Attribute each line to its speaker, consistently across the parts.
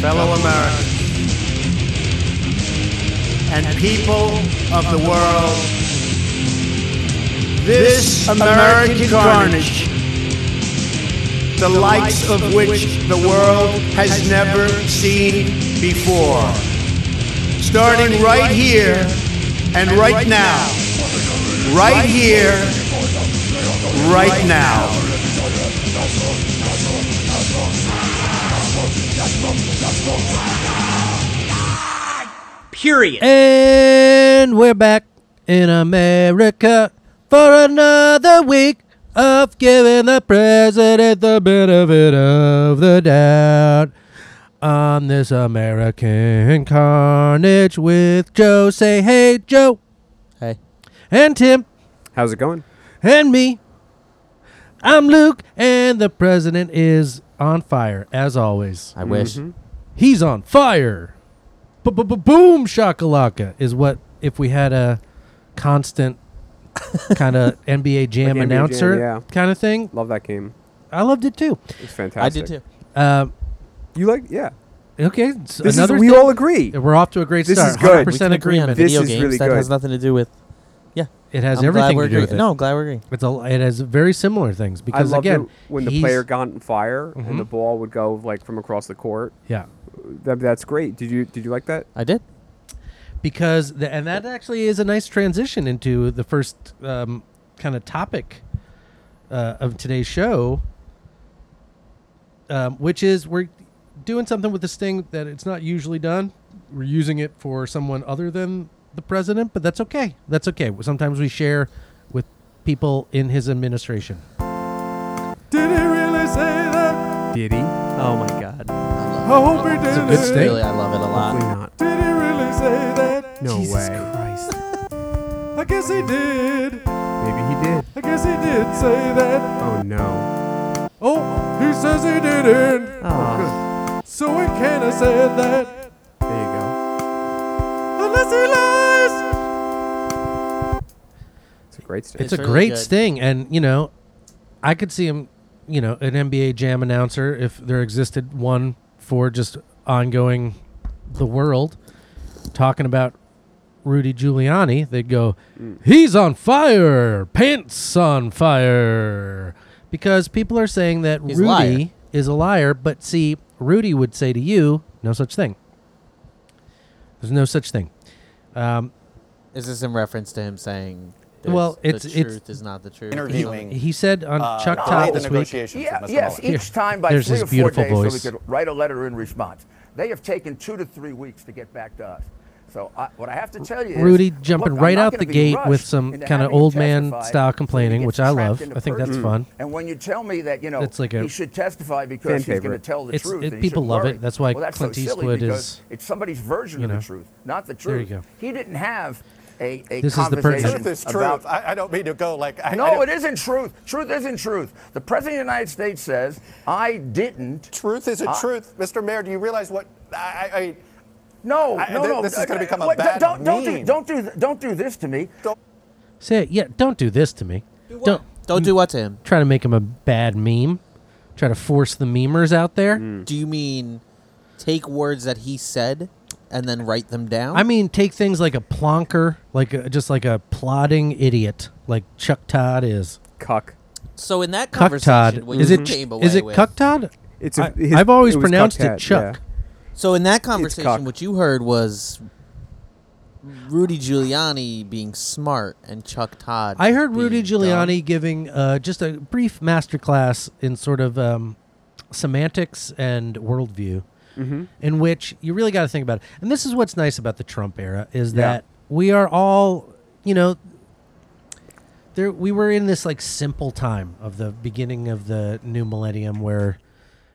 Speaker 1: fellow Americans, and people of the world, this American carnage, the likes of which the world has never seen before, starting right here and right now, right here, right now.
Speaker 2: Period.
Speaker 3: And we're back in America for another week of giving the president the benefit of the doubt on this American carnage with Joe. Say hey, Joe,
Speaker 4: Hey.
Speaker 3: and Tim,
Speaker 5: How's it going?
Speaker 3: and me. I'm Luke, and the president is on fire, as always.
Speaker 4: I wish.
Speaker 3: He's on fire. Boom shakalaka is what if we had a constant kind of NBA Jam
Speaker 5: Jam,
Speaker 3: announcer
Speaker 5: yeah.
Speaker 3: kind of thing.
Speaker 5: Love that game.
Speaker 3: I loved it too.
Speaker 5: It's fantastic.
Speaker 4: I did too.
Speaker 3: Um,
Speaker 5: You like? Yeah.
Speaker 3: okay, s-
Speaker 5: This is.
Speaker 3: another
Speaker 5: We
Speaker 3: thing-
Speaker 5: all agree.
Speaker 3: We're off to a great
Speaker 5: This
Speaker 3: start.
Speaker 5: is good. We
Speaker 3: 100%
Speaker 4: can agree on
Speaker 3: agreement.
Speaker 5: This
Speaker 4: video
Speaker 5: is
Speaker 4: games.
Speaker 5: really
Speaker 4: that
Speaker 5: good.
Speaker 4: has nothing to do with. Yeah.
Speaker 3: it has
Speaker 4: I'm glad
Speaker 3: everything
Speaker 4: we're
Speaker 3: to do
Speaker 4: agree-
Speaker 3: with it.
Speaker 4: No, I'm glad we're agreeing.
Speaker 3: it's a, it has very similar things
Speaker 5: I
Speaker 3: because
Speaker 5: loved
Speaker 3: again,
Speaker 5: it when the
Speaker 3: he's-
Speaker 5: player got on fire
Speaker 3: Mhm.
Speaker 5: and the ball would go like from across the court.
Speaker 3: yeah,
Speaker 5: That, that's great. Did you did you like that?
Speaker 4: I did.
Speaker 3: because the, and that actually is a nice transition into the first um, kind of topic uh, of today's show, um, which is we're doing something with this thing that it's not usually done. We're using it for someone other than the president, but that's okay. That's okay. Sometimes we share with people in his administration.
Speaker 5: Did he really say that? Did he? Oh my god. hope he did.
Speaker 3: good state.
Speaker 4: Really, I love it a lot.
Speaker 5: not. Did he really say that? No
Speaker 2: Jesus
Speaker 5: way. Christ. I guess he did. Maybe he did. I guess he did say that. Oh no.
Speaker 3: Oh,
Speaker 5: he says he didn't. So we can't have said that. There you go. Unless he lies. It's a great state.
Speaker 3: it's,
Speaker 4: It's
Speaker 3: a
Speaker 4: really
Speaker 3: great
Speaker 4: good.
Speaker 3: sting and you know i could see him you know an nba jam announcer if there existed one for just ongoing the world talking about rudy giuliani they'd go
Speaker 4: Mm.
Speaker 3: he's on fire pants on fire because people are saying that
Speaker 4: He's a
Speaker 3: rudy
Speaker 4: liar.
Speaker 3: is a liar but see rudy would say to you no such thing there's no such thing um,
Speaker 4: Is this in reference to him saying? there's-
Speaker 3: Well, it's-
Speaker 4: the
Speaker 3: it's-
Speaker 4: truth is not the truth.
Speaker 6: interviewing.
Speaker 3: he said on
Speaker 6: uh,
Speaker 3: chuck
Speaker 6: delay
Speaker 3: todd
Speaker 6: the
Speaker 3: this week
Speaker 6: negotiations
Speaker 7: Yeah,
Speaker 6: with Mr.
Speaker 7: yes,
Speaker 6: Mullen.
Speaker 7: each time by
Speaker 3: There's
Speaker 7: three
Speaker 3: his
Speaker 7: or four
Speaker 3: beautiful
Speaker 7: days
Speaker 3: voice.
Speaker 7: so we could write a letter in response. They have taken two to three weeks to get back to us. So I, what I have to tell you is,
Speaker 3: Rudy jumping
Speaker 7: look, I'm
Speaker 3: right
Speaker 7: not
Speaker 3: out
Speaker 7: gonna
Speaker 3: the
Speaker 7: be
Speaker 3: gate
Speaker 7: rushed
Speaker 3: with some
Speaker 7: into
Speaker 3: kinda
Speaker 7: having you
Speaker 3: old man
Speaker 7: testify
Speaker 3: style
Speaker 7: so he
Speaker 3: complaining,
Speaker 7: gets
Speaker 3: which I
Speaker 7: trapped
Speaker 3: love.
Speaker 7: into
Speaker 3: I think that's
Speaker 7: person.
Speaker 3: fun.
Speaker 7: And when you tell me that you know
Speaker 3: It's like a-
Speaker 7: he should testify
Speaker 5: Fan
Speaker 7: because he's going to
Speaker 5: favorite.
Speaker 7: tell the
Speaker 3: It's-
Speaker 7: truth,
Speaker 3: it-
Speaker 7: and he
Speaker 3: people
Speaker 7: should
Speaker 3: love
Speaker 7: worry.
Speaker 3: it. That's why
Speaker 7: well, that's
Speaker 3: Clint
Speaker 7: so silly
Speaker 3: Eastwood
Speaker 7: because
Speaker 3: is-
Speaker 7: It's somebody's version of
Speaker 3: know.
Speaker 7: the truth, not the
Speaker 3: There you
Speaker 7: truth.
Speaker 3: go.
Speaker 7: He didn't have a, a
Speaker 3: This is the person-
Speaker 7: conversation
Speaker 6: Truth is
Speaker 7: about
Speaker 6: truth. I, I don't mean to go like. I, I
Speaker 7: no,
Speaker 6: don't-
Speaker 7: it isn't truth. Truth isn't truth. The President of the United States says, I didn't.
Speaker 6: Truth is a
Speaker 7: I-
Speaker 6: truth, Mr. Mayor. Do you realize what I? I, I
Speaker 7: No,
Speaker 6: I-
Speaker 7: no,
Speaker 6: thi-
Speaker 7: no.
Speaker 6: this is gonna become a
Speaker 7: Wait,
Speaker 6: bad
Speaker 7: don't, don't,
Speaker 6: meme.
Speaker 7: do, don't, do, don't do this to me.
Speaker 3: Say, yeah, don't do this to me. Don't
Speaker 4: Don't do what to him.
Speaker 3: try to make him a bad meme. Try to force the memers out there.
Speaker 5: Mm-hmm.
Speaker 4: Do you mean take words that he said and then write them down?
Speaker 3: I mean, take things like a plonker, like a, just like a plodding idiot, like Chuck Todd is.
Speaker 5: Cuck.
Speaker 4: so in that
Speaker 3: Cuck Todd
Speaker 4: conversation, what
Speaker 3: is
Speaker 4: you
Speaker 3: it?
Speaker 4: came away
Speaker 3: Is it
Speaker 4: with,
Speaker 3: Cuck Todd?
Speaker 5: It's
Speaker 3: I-
Speaker 5: a, his-
Speaker 3: I've always
Speaker 5: it was
Speaker 3: pronounced it
Speaker 5: Cuckhead,
Speaker 3: Chuck.
Speaker 5: yeah.
Speaker 4: So in that
Speaker 5: cock.
Speaker 4: conversation, what you heard was Rudy Giuliani being smart and Chuck Todd.
Speaker 3: I heard Rudy
Speaker 4: being
Speaker 3: Giuliani
Speaker 4: dumb.
Speaker 3: giving uh, just a brief masterclass in sort of um, semantics and worldview, in which you really got to think about it. And this is what's nice about the Trump era is
Speaker 5: Yeah.
Speaker 3: that we are all, you know, there we were in this like simple time of the beginning of the new millennium where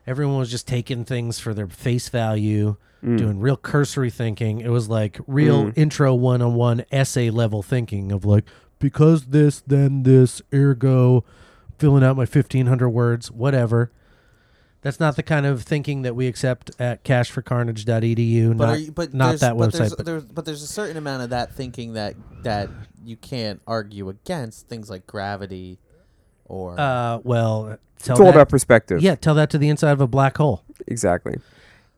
Speaker 3: everyone was just taking things for their face value
Speaker 5: Mm.
Speaker 3: doing real cursory thinking it was like real intro one-on-one essay level thinking of like because this then this ergo filling out my 1500 words whatever that's not the kind of thinking that we accept at cashforcarnage.edu
Speaker 4: But,
Speaker 3: not,
Speaker 4: are you, but
Speaker 3: not
Speaker 4: there's-
Speaker 3: that
Speaker 4: but
Speaker 3: website
Speaker 4: There's,
Speaker 3: but
Speaker 4: there's, but there's a certain amount of that thinking that that you can't argue against things like gravity, or
Speaker 3: uh, well tell
Speaker 5: It's all
Speaker 3: that-
Speaker 5: about perspective.
Speaker 3: yeah tell that to the inside of a black hole
Speaker 5: Exactly.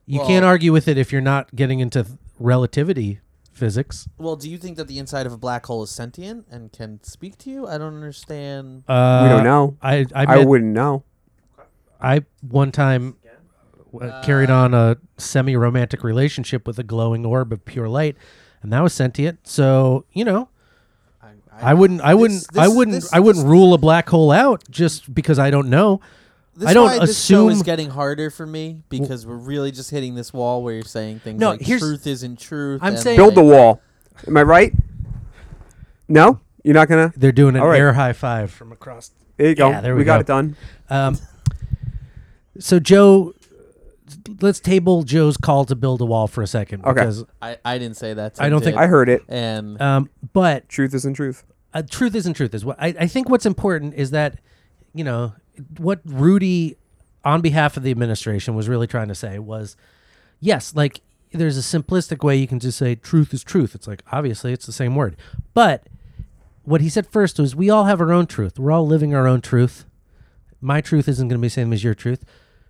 Speaker 3: You
Speaker 4: Well-
Speaker 3: can't argue with it if you're not getting into th- relativity physics.
Speaker 4: Well, do you think that the inside of a black hole is sentient and can speak to you? I don't understand.
Speaker 3: Uh,
Speaker 2: we don't know.
Speaker 3: I I,
Speaker 2: I,
Speaker 3: met-
Speaker 2: wouldn't know.
Speaker 3: I one time uh, carried on a semi-romantic relationship with a glowing orb of pure light, and that was sentient. So you know,
Speaker 4: I,
Speaker 3: I wouldn't, I wouldn't,
Speaker 4: this-
Speaker 3: I
Speaker 4: this-
Speaker 3: wouldn't,
Speaker 4: this-
Speaker 3: I wouldn't
Speaker 4: this-
Speaker 3: rule a black hole out just because I don't know.
Speaker 4: This
Speaker 3: I don't
Speaker 4: why
Speaker 3: assume.
Speaker 4: this show is getting harder for me because we're really just hitting this wall where you're saying things
Speaker 3: No,
Speaker 4: like
Speaker 3: here's-
Speaker 4: truth isn't truth.
Speaker 3: I'm
Speaker 4: and,
Speaker 3: saying-
Speaker 2: Build the
Speaker 4: like,
Speaker 2: wall. Am I right? No, you're not gonna.
Speaker 3: They're doing an
Speaker 2: All right.
Speaker 3: air high five from across.
Speaker 2: There you go.
Speaker 3: Yeah, there
Speaker 2: we,
Speaker 3: we
Speaker 2: got
Speaker 3: go.
Speaker 2: it done.
Speaker 3: Um, so Joe, let's table Joe's call to build a wall for a second
Speaker 2: Okay.
Speaker 3: because
Speaker 4: I, I didn't say that.
Speaker 3: I don't think-
Speaker 2: I heard it.
Speaker 4: And
Speaker 3: um, but
Speaker 2: Truth isn't truth.
Speaker 3: uh, truth isn't truth is what I, I think what's important is that you know what rudy on behalf of the administration was really trying to say was yes like there's a simplistic way you can just say truth is truth it's like obviously it's the same word but what he said first was we all have our own truth we're all living our own truth my truth isn't going to be the same as your truth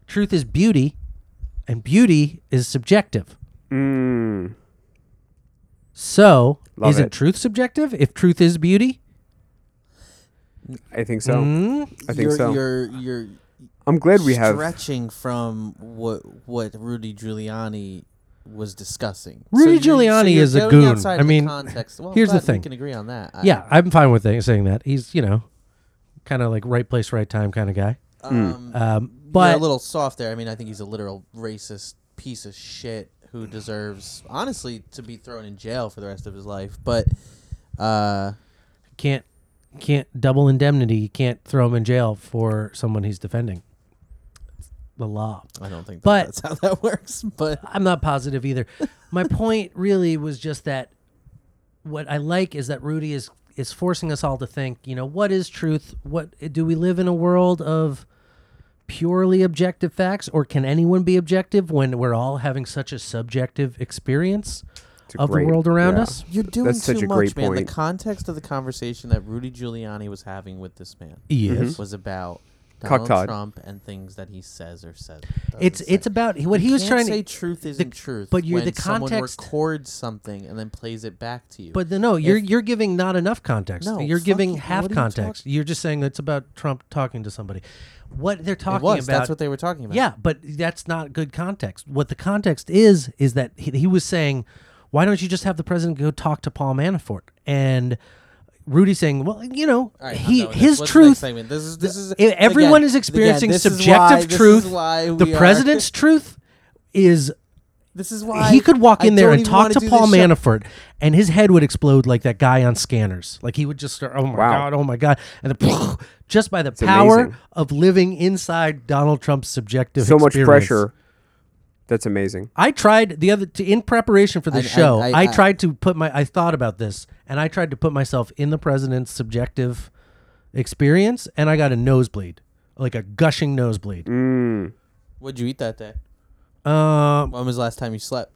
Speaker 3: truth is beauty and beauty is subjective so
Speaker 2: Mm. Love
Speaker 3: is
Speaker 2: it.
Speaker 3: it truth subjective if truth is beauty
Speaker 2: I think so.
Speaker 3: Hmm?
Speaker 2: I think
Speaker 4: you're,
Speaker 2: so.
Speaker 4: you're you're
Speaker 2: I'm glad we have.
Speaker 4: stretching from what what Rudy Giuliani was discussing.
Speaker 3: Rudy
Speaker 4: you're-
Speaker 3: Giuliani
Speaker 4: you're
Speaker 3: is a
Speaker 4: going
Speaker 3: goon.
Speaker 4: outside
Speaker 3: I
Speaker 4: of the
Speaker 3: mean,
Speaker 4: context. Well, I'm
Speaker 3: here's the
Speaker 4: glad
Speaker 3: thing.
Speaker 4: We can agree on that. I-
Speaker 3: Yeah, I'm fine with th- saying that. He's, you know, kind of like right place, right time kind of guy.
Speaker 4: Um,
Speaker 3: Um,
Speaker 4: you're
Speaker 3: but
Speaker 4: a little soft there. I mean, I think he's a literal racist piece of shit who deserves, honestly, to be thrown in jail for the rest of his life. But uh,
Speaker 3: can't can't double indemnity. You can't throw him in jail for someone he's defending. The law.
Speaker 4: I don't think that
Speaker 3: But-
Speaker 4: that's how that works. But
Speaker 3: I'm not positive either. My point really was just that what I like is that Rudy is is forcing us all to think, you know, what is truth? What do we live in a world of purely objective facts or can anyone be objective when we're all having such a subjective experience
Speaker 2: a
Speaker 3: of
Speaker 2: great-
Speaker 3: the world around
Speaker 2: yeah.
Speaker 3: us?
Speaker 4: you're doing
Speaker 2: That's
Speaker 4: too
Speaker 2: such a
Speaker 4: much,
Speaker 2: great
Speaker 4: man.
Speaker 2: point.
Speaker 4: The context of the conversation that Rudy Giuliani was having with this man
Speaker 3: Yes.
Speaker 4: was about
Speaker 2: Cock
Speaker 4: Donald
Speaker 2: Todd.
Speaker 4: Trump and things that he says or says. doesn't
Speaker 3: It's
Speaker 4: say.
Speaker 3: it's about what he
Speaker 4: You
Speaker 3: was
Speaker 4: can't
Speaker 3: trying
Speaker 4: say
Speaker 3: to
Speaker 4: truth isn't truth.
Speaker 3: but you're-
Speaker 4: when
Speaker 3: the
Speaker 4: someone
Speaker 3: context-
Speaker 4: records something and then plays it back to you.
Speaker 3: But the, no, you're
Speaker 4: If-
Speaker 3: you're giving not enough context.
Speaker 4: No,
Speaker 3: you're
Speaker 4: fuck
Speaker 3: giving
Speaker 4: you.
Speaker 3: half
Speaker 4: What are you
Speaker 3: context. You're just saying it's about Trump talking to somebody. What they're
Speaker 4: it
Speaker 3: talking
Speaker 4: was
Speaker 3: about
Speaker 4: that's what they were talking about.
Speaker 3: Yeah, but that's not good context. What the context is is that he, he was saying, "Why don't you just have the president go talk to Paul Manafort?" And Rudy saying, "Well, you know,
Speaker 4: All right, I'm
Speaker 3: he
Speaker 4: done with this.
Speaker 3: his
Speaker 4: What's the next
Speaker 3: truth.
Speaker 4: segment? This is this is
Speaker 3: e- everyone
Speaker 4: again-
Speaker 3: is experiencing
Speaker 4: again, this is
Speaker 3: subjective
Speaker 4: why- this is
Speaker 3: truth.
Speaker 4: why we
Speaker 3: the
Speaker 4: are-
Speaker 3: president's truth is."
Speaker 4: This is why
Speaker 3: he could walk
Speaker 4: I
Speaker 3: in there
Speaker 4: don't
Speaker 3: and
Speaker 4: even
Speaker 3: talk
Speaker 4: wanna
Speaker 3: to
Speaker 4: do
Speaker 3: Paul
Speaker 4: this show.
Speaker 3: Manafort, and his head would explode like that guy on Scanners. Like he would just start, oh my
Speaker 2: Wow.
Speaker 3: god, oh my god, and the, just by the power
Speaker 2: amazing.
Speaker 3: of living inside Donald Trump's subjective.
Speaker 2: So much
Speaker 3: experience.
Speaker 2: pressure. That's amazing.
Speaker 3: I tried the other to, in preparation for the
Speaker 4: I- I-
Speaker 3: show. I,
Speaker 4: I- I-
Speaker 3: tried to put my I thought about this and I tried to put myself in the president's subjective experience and I got a nosebleed, like a gushing nosebleed.
Speaker 2: Mm.
Speaker 4: What'd you eat that day?
Speaker 3: Um,
Speaker 4: When was the last time you slept?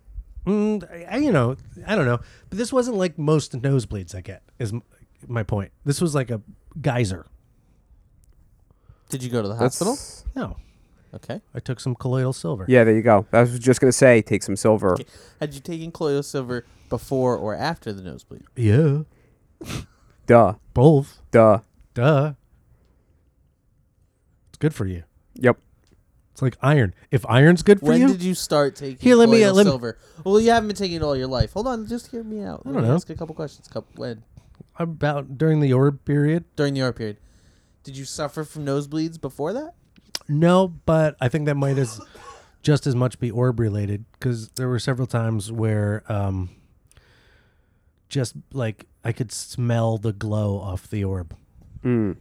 Speaker 3: mm, I, I- you know, I don't know, but this wasn't like most nosebleeds I get. Is m- my point? This was like a geyser.
Speaker 4: Did you go to the
Speaker 2: That's
Speaker 4: hospital?
Speaker 3: No,
Speaker 4: Okay.
Speaker 3: I took some colloidal silver.
Speaker 2: Yeah, there you go. I was just gonna say, take some silver.
Speaker 4: Had you taken colloidal silver before or after the nosebleed?
Speaker 3: yeah,
Speaker 2: Duh,
Speaker 3: both.
Speaker 2: duh.
Speaker 3: Duh. It's good for you.
Speaker 2: Yep.
Speaker 3: It's like iron. If iron's good for
Speaker 4: When
Speaker 3: you,
Speaker 4: did you start taking
Speaker 3: Here, let me,
Speaker 4: colloidal
Speaker 3: uh, let me-
Speaker 4: silver? Well, you haven't been taking it all your life. Hold on, just hear me out. I
Speaker 3: don't know.
Speaker 4: Ask a couple questions. Couple when
Speaker 3: about during the orb period?
Speaker 4: during the R period, did you suffer from nosebleeds before that?
Speaker 3: No, but I think that might as just as much be orb related because there were several times where um, just like I could smell the glow off the orb.
Speaker 4: Mm.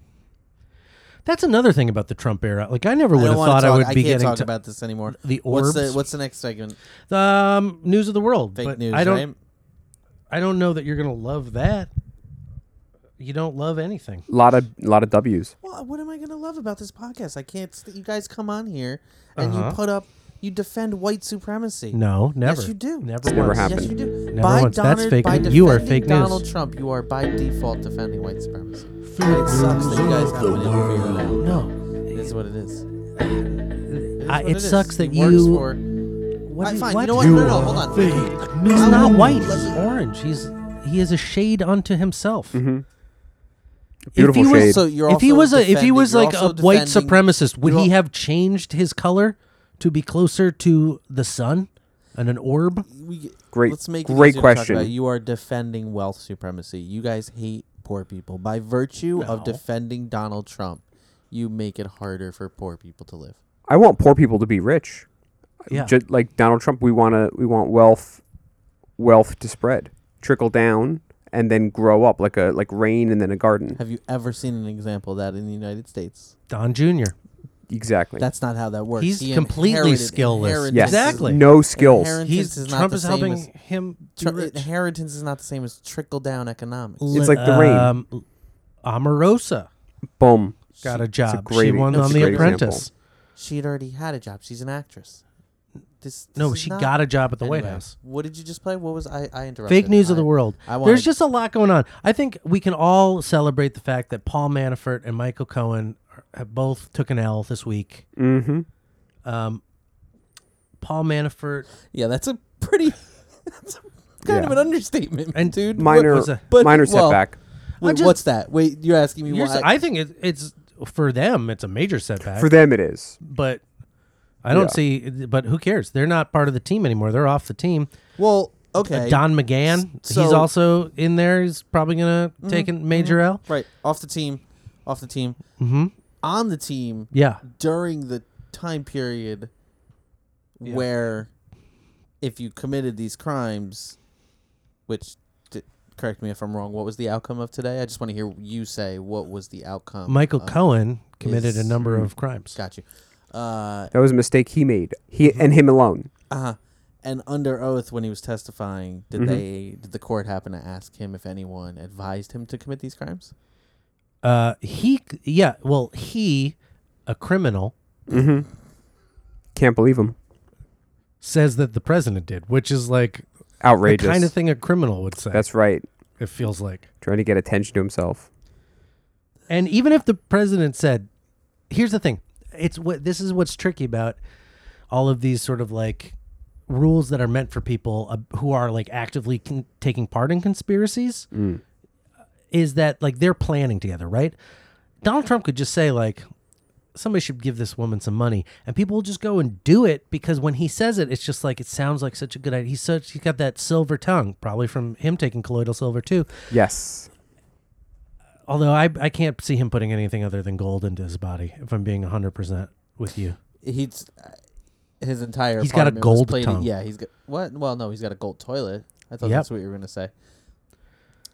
Speaker 3: That's another thing about the Trump era. Like I never
Speaker 4: I
Speaker 3: would
Speaker 4: don't
Speaker 3: have
Speaker 4: wanna
Speaker 3: thought I
Speaker 4: talk-
Speaker 3: would
Speaker 4: I
Speaker 3: be
Speaker 4: can't
Speaker 3: getting
Speaker 4: talk
Speaker 3: to
Speaker 4: about this anymore.
Speaker 3: the
Speaker 4: What's the,
Speaker 3: orbs?
Speaker 4: what's the next segment?
Speaker 3: um, news of the world.
Speaker 4: Fake
Speaker 3: but
Speaker 4: news.
Speaker 3: I don't.
Speaker 4: right?
Speaker 3: I don't know that you're gonna love that. You don't love anything.
Speaker 2: Lot of lot of W's.
Speaker 4: Well, what am I gonna love about this podcast? I can't. St- you guys come on here and
Speaker 3: Uh-huh.
Speaker 4: you put up, you defend white supremacy.
Speaker 3: No, never.
Speaker 4: Yes, you do.
Speaker 3: Never.
Speaker 2: never
Speaker 3: once.
Speaker 2: happened.
Speaker 4: Yes, you do.
Speaker 3: Never
Speaker 4: by
Speaker 3: once.
Speaker 4: Donald,
Speaker 3: That's fake
Speaker 4: By
Speaker 3: news. You are
Speaker 4: defending
Speaker 3: fake news.
Speaker 4: Donald Trump, you are by default defending white supremacy. And it sucks that you guys haven't been able to figure it out.
Speaker 3: No,
Speaker 4: It is what it is. It, is
Speaker 3: I-
Speaker 4: what
Speaker 3: it
Speaker 4: is.
Speaker 3: sucks that
Speaker 4: He works
Speaker 3: you-
Speaker 4: for-
Speaker 3: What
Speaker 4: All right,
Speaker 3: is-
Speaker 4: fine.
Speaker 3: what?
Speaker 4: You know what? No, no, no, hold on.
Speaker 3: He's
Speaker 4: I
Speaker 3: not
Speaker 4: will-
Speaker 3: white.
Speaker 4: let's-
Speaker 3: He's orange. He's he is a shade unto himself.
Speaker 2: Mm-hmm. Beautiful
Speaker 3: if he
Speaker 2: shade.
Speaker 3: Was,
Speaker 4: So you're
Speaker 3: if he
Speaker 4: also
Speaker 3: was a, if he
Speaker 4: defending-
Speaker 3: was
Speaker 4: you're
Speaker 3: like a
Speaker 4: also
Speaker 3: white
Speaker 4: defending-
Speaker 3: supremacist, would
Speaker 4: you're
Speaker 3: he
Speaker 4: al-
Speaker 3: have changed his color to be closer to the sun and an orb?
Speaker 4: We,
Speaker 2: Great-
Speaker 4: Let's make it
Speaker 2: great
Speaker 4: easier to talk about.
Speaker 2: question.
Speaker 4: You are defending wealth supremacy. You guys hate poor people by virtue of defending Donald Trump. You make it harder for poor people to live.
Speaker 2: I want poor people to be rich.
Speaker 3: Yeah.
Speaker 2: Ju- like Donald Trump, we want to we want wealth wealth to spread, trickle down, and then grow up like a like rain and then a garden.
Speaker 4: Have you ever seen an example of that in the United States?
Speaker 3: Don Jr.
Speaker 2: Exactly.
Speaker 4: That's not how that works.
Speaker 3: He's
Speaker 4: He
Speaker 3: completely
Speaker 4: inherited-
Speaker 3: skilless.
Speaker 4: inheritance
Speaker 2: yes.
Speaker 4: is-
Speaker 3: Exactly.
Speaker 2: No skills.
Speaker 4: Inheritance
Speaker 3: He's
Speaker 4: is not
Speaker 3: Trump
Speaker 4: the
Speaker 3: is
Speaker 4: same
Speaker 3: helping
Speaker 4: as-
Speaker 3: him. be
Speaker 4: Tr-
Speaker 3: rich.
Speaker 4: inheritance is not the same as trickle down economics.
Speaker 2: It's like the rain.
Speaker 3: Um, Omarosa
Speaker 2: Boom.
Speaker 3: got a job. she
Speaker 2: great-
Speaker 3: won
Speaker 2: that's
Speaker 3: on
Speaker 2: a
Speaker 3: The
Speaker 2: great
Speaker 3: Apprentice.
Speaker 4: She'd already had a job. She's an actress. This, this
Speaker 3: No,
Speaker 4: is
Speaker 3: she
Speaker 4: not-
Speaker 3: got a job at the White
Speaker 4: Anyway,
Speaker 3: House.
Speaker 4: What did you just play? What was I? I interrupted.
Speaker 3: Fake news of
Speaker 4: I-
Speaker 3: the world.
Speaker 4: I
Speaker 3: There's
Speaker 4: wanted-
Speaker 3: just a lot going on. I think we can all celebrate the fact that Paul Manafort and Michael Cohen are- have both took an L this week. Mm-hmm. Um, Paul Manafort
Speaker 4: Yeah, that's a pretty. that's a kind of
Speaker 2: Yeah.
Speaker 4: an understatement,
Speaker 3: And
Speaker 4: dude. What-
Speaker 2: Minor
Speaker 3: was a-
Speaker 4: But-
Speaker 2: minor
Speaker 4: well,
Speaker 2: setback.
Speaker 4: wait,
Speaker 3: just-
Speaker 4: what's that? Wait, you're asking me
Speaker 3: You're
Speaker 4: why?
Speaker 3: s- I think it, it's for them. It's a major setback
Speaker 2: For them, it is.
Speaker 3: but I don't
Speaker 2: Yeah.
Speaker 3: see. But who cares? They're not part of the team anymore. They're off the team.
Speaker 4: well,
Speaker 3: Uh,
Speaker 4: okay.
Speaker 3: Don McGahn,
Speaker 4: S- so-
Speaker 3: he's also in there. He's probably gonna take a major L.
Speaker 4: right off the team, off the team, mm-hmm. on the team
Speaker 3: Yeah,
Speaker 4: during the time period where, if you committed these crimes, which. d Correct me if I'm wrong. What was the outcome of today? I just want to hear you say what was the outcome.
Speaker 3: Michael
Speaker 4: of-
Speaker 3: Cohen committed a
Speaker 4: is-
Speaker 3: number of crimes.
Speaker 4: Got you. Uh,
Speaker 2: That was a mistake he made. He
Speaker 4: Mm-hmm.
Speaker 2: and him alone.
Speaker 4: Uh-huh. And under oath, when he was testifying, did they did the court happen to ask him if anyone advised him to commit these crimes?
Speaker 3: Uh, he, yeah, well, he, a criminal,
Speaker 2: Can't believe him.
Speaker 3: says that the president did, which is like
Speaker 2: Outrageous.
Speaker 3: the kind of thing a criminal would say.
Speaker 2: That's right.
Speaker 3: it feels like.
Speaker 2: Trying to get attention to himself.
Speaker 3: And even if the president said, here's the thing, it's what this is what's tricky about all of these sort of like rules that are meant for people uh, who are like actively con- taking part in conspiracies is that like they're planning together, right? Donald Trump could just say like somebody should give this woman some money and people will just go and do it because when he says it it's just like it sounds like such a good idea. He's such he's got that silver tongue, probably from him taking colloidal silver too.
Speaker 2: Yes.
Speaker 3: Although I, I can't see him putting anything other than gold into his body, if I'm being 100% with you.
Speaker 4: He's uh, his entire
Speaker 3: He's got a
Speaker 4: apartment was
Speaker 3: gold
Speaker 4: plated-
Speaker 3: tongue.
Speaker 4: Yeah, he's got what? Well, no, he's got a gold toilet. I thought
Speaker 3: Yep.
Speaker 4: that's what you were gonna say.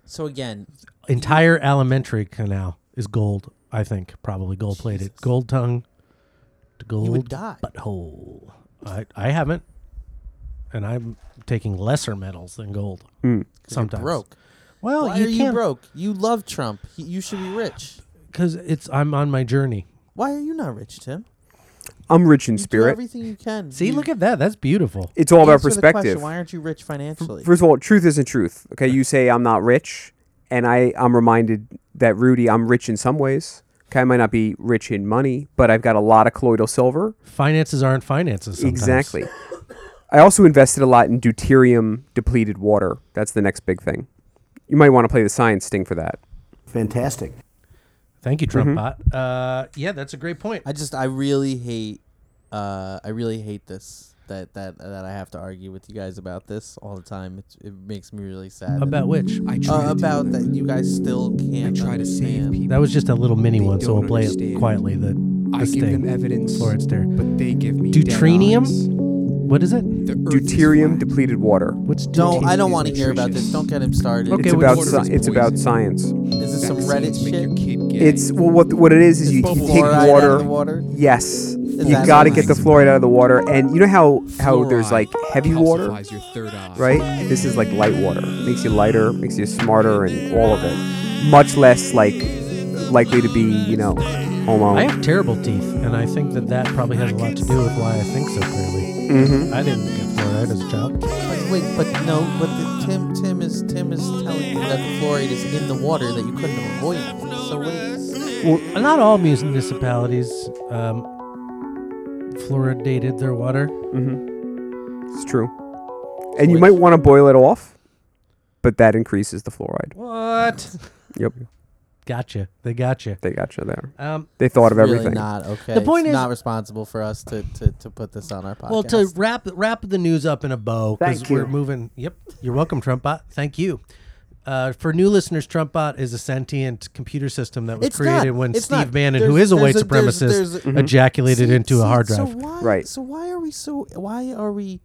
Speaker 4: So again,
Speaker 3: Entire alimentary canal is gold, I think, probably gold plated. Gold tongue to gold
Speaker 4: would die.
Speaker 3: butthole. I, I haven't. And I'm taking lesser metals than gold. sometimes.
Speaker 4: broke.
Speaker 3: Well,
Speaker 4: Why
Speaker 3: you
Speaker 4: are
Speaker 3: can't
Speaker 4: you broke? You love Trump. He, you should be rich.
Speaker 3: Because it's I'm on my journey.
Speaker 4: Why are you not rich, Tim?
Speaker 2: I'm rich in
Speaker 4: You do
Speaker 2: spirit.
Speaker 4: everything you can.
Speaker 3: See,
Speaker 4: You
Speaker 3: look at that. That's beautiful.
Speaker 2: It's all about
Speaker 4: answer the question,
Speaker 2: perspective.
Speaker 4: Why aren't you rich financially?
Speaker 2: First of all, truth isn't truth. Okay, you say I'm not rich, and I I'm reminded that Rudy, I'm rich in some ways. Okay, I might not be rich in money, but I've got a lot of colloidal silver.
Speaker 3: Finances aren't finances. Sometimes.
Speaker 2: Exactly. I also invested a lot in deuterium depleted water. That's the next big thing. You might want to play the science sting for that.
Speaker 6: Fantastic.
Speaker 3: Thank you, Trump
Speaker 4: Mm-hmm.
Speaker 3: bot. Uh, yeah, that's a great point.
Speaker 4: I just I really hate uh I really hate this that that that I have to argue with you guys about this all the time. It, it makes me really sad.
Speaker 3: About which?
Speaker 8: I
Speaker 4: And-
Speaker 8: try
Speaker 4: uh,
Speaker 8: to about
Speaker 4: about that you guys still can't
Speaker 8: I try to save
Speaker 4: understand.
Speaker 8: people.
Speaker 3: That was just a little mini
Speaker 8: They
Speaker 3: one, so
Speaker 8: don't
Speaker 3: we'll play it
Speaker 8: understand.
Speaker 3: quietly. The, the
Speaker 8: I give
Speaker 3: sting.
Speaker 8: them evidence,
Speaker 3: Florence Dare.
Speaker 8: but they give me
Speaker 3: Deuterium?
Speaker 8: Dead eyes.
Speaker 3: What is it?
Speaker 8: The Earth is
Speaker 2: Deuterium
Speaker 8: flat.
Speaker 2: depleted water.
Speaker 3: What's
Speaker 4: Don't
Speaker 8: Dude,
Speaker 4: I don't
Speaker 8: it's
Speaker 4: want to hear about this.
Speaker 8: nutritious.
Speaker 4: Don't get him started.
Speaker 3: Okay,
Speaker 2: It's
Speaker 3: we-
Speaker 2: about
Speaker 8: water
Speaker 2: sci-
Speaker 8: is
Speaker 2: it's about
Speaker 8: poison.
Speaker 2: science.
Speaker 4: is this some
Speaker 8: Vaccines
Speaker 4: Reddit
Speaker 8: make your
Speaker 4: shit?
Speaker 8: kid gay.
Speaker 2: It's well, what what it is is you,
Speaker 4: Fluoride
Speaker 2: you take
Speaker 4: out of
Speaker 2: water.
Speaker 4: the water?
Speaker 2: Yes, you
Speaker 4: that
Speaker 2: got to
Speaker 4: what
Speaker 2: get the
Speaker 4: makes it
Speaker 2: fluoride out of the water, and you know how how
Speaker 8: Fluoride
Speaker 2: there's like heavy water.
Speaker 8: calcifies your third eye.
Speaker 2: right? This is like light water. Makes you lighter, makes you smarter, and all of it. Much less like likely to be, you know, homo.
Speaker 3: I have terrible teeth, and I think that that probably has a lot to do with why I think so clearly. Mm-hmm. I didn't get fluoride as a child.
Speaker 4: But Wait, but no, but the, Tim Tim is Tim is telling you that the fluoride is in the water that you couldn't avoid. So wait.
Speaker 3: Well, not all municipalities um, fluoridated their water.
Speaker 2: It's true. And you might want to boil it off, but that increases the fluoride.
Speaker 3: What?
Speaker 2: Yep.
Speaker 3: Gotcha. They gotcha.
Speaker 2: They got you there.
Speaker 3: Um,
Speaker 2: They thought of everything.
Speaker 4: Really not okay.
Speaker 3: The point
Speaker 4: It's
Speaker 3: is-
Speaker 4: not responsible for us to, to, to put this on our podcast.
Speaker 3: well, to wrap wrap the news up in a bow, because
Speaker 7: Thank
Speaker 3: we're
Speaker 7: you.
Speaker 3: moving. Yep, you're welcome, Trumpbot. Thank you. Uh, for new listeners, Trumpbot is a sentient computer system that was
Speaker 4: It's
Speaker 3: created
Speaker 4: not.
Speaker 3: when
Speaker 4: It's
Speaker 3: Steve
Speaker 4: not.
Speaker 3: Bannon, who
Speaker 4: There's-
Speaker 3: is a white
Speaker 4: there's a- there's-
Speaker 3: supremacist,
Speaker 4: there's a-
Speaker 2: Mm-hmm.
Speaker 4: Mhm.
Speaker 3: ejaculated
Speaker 4: See-
Speaker 3: into a
Speaker 4: see,
Speaker 3: hard
Speaker 4: So
Speaker 3: drive.
Speaker 4: why,
Speaker 2: Right.
Speaker 4: So why are we so why are we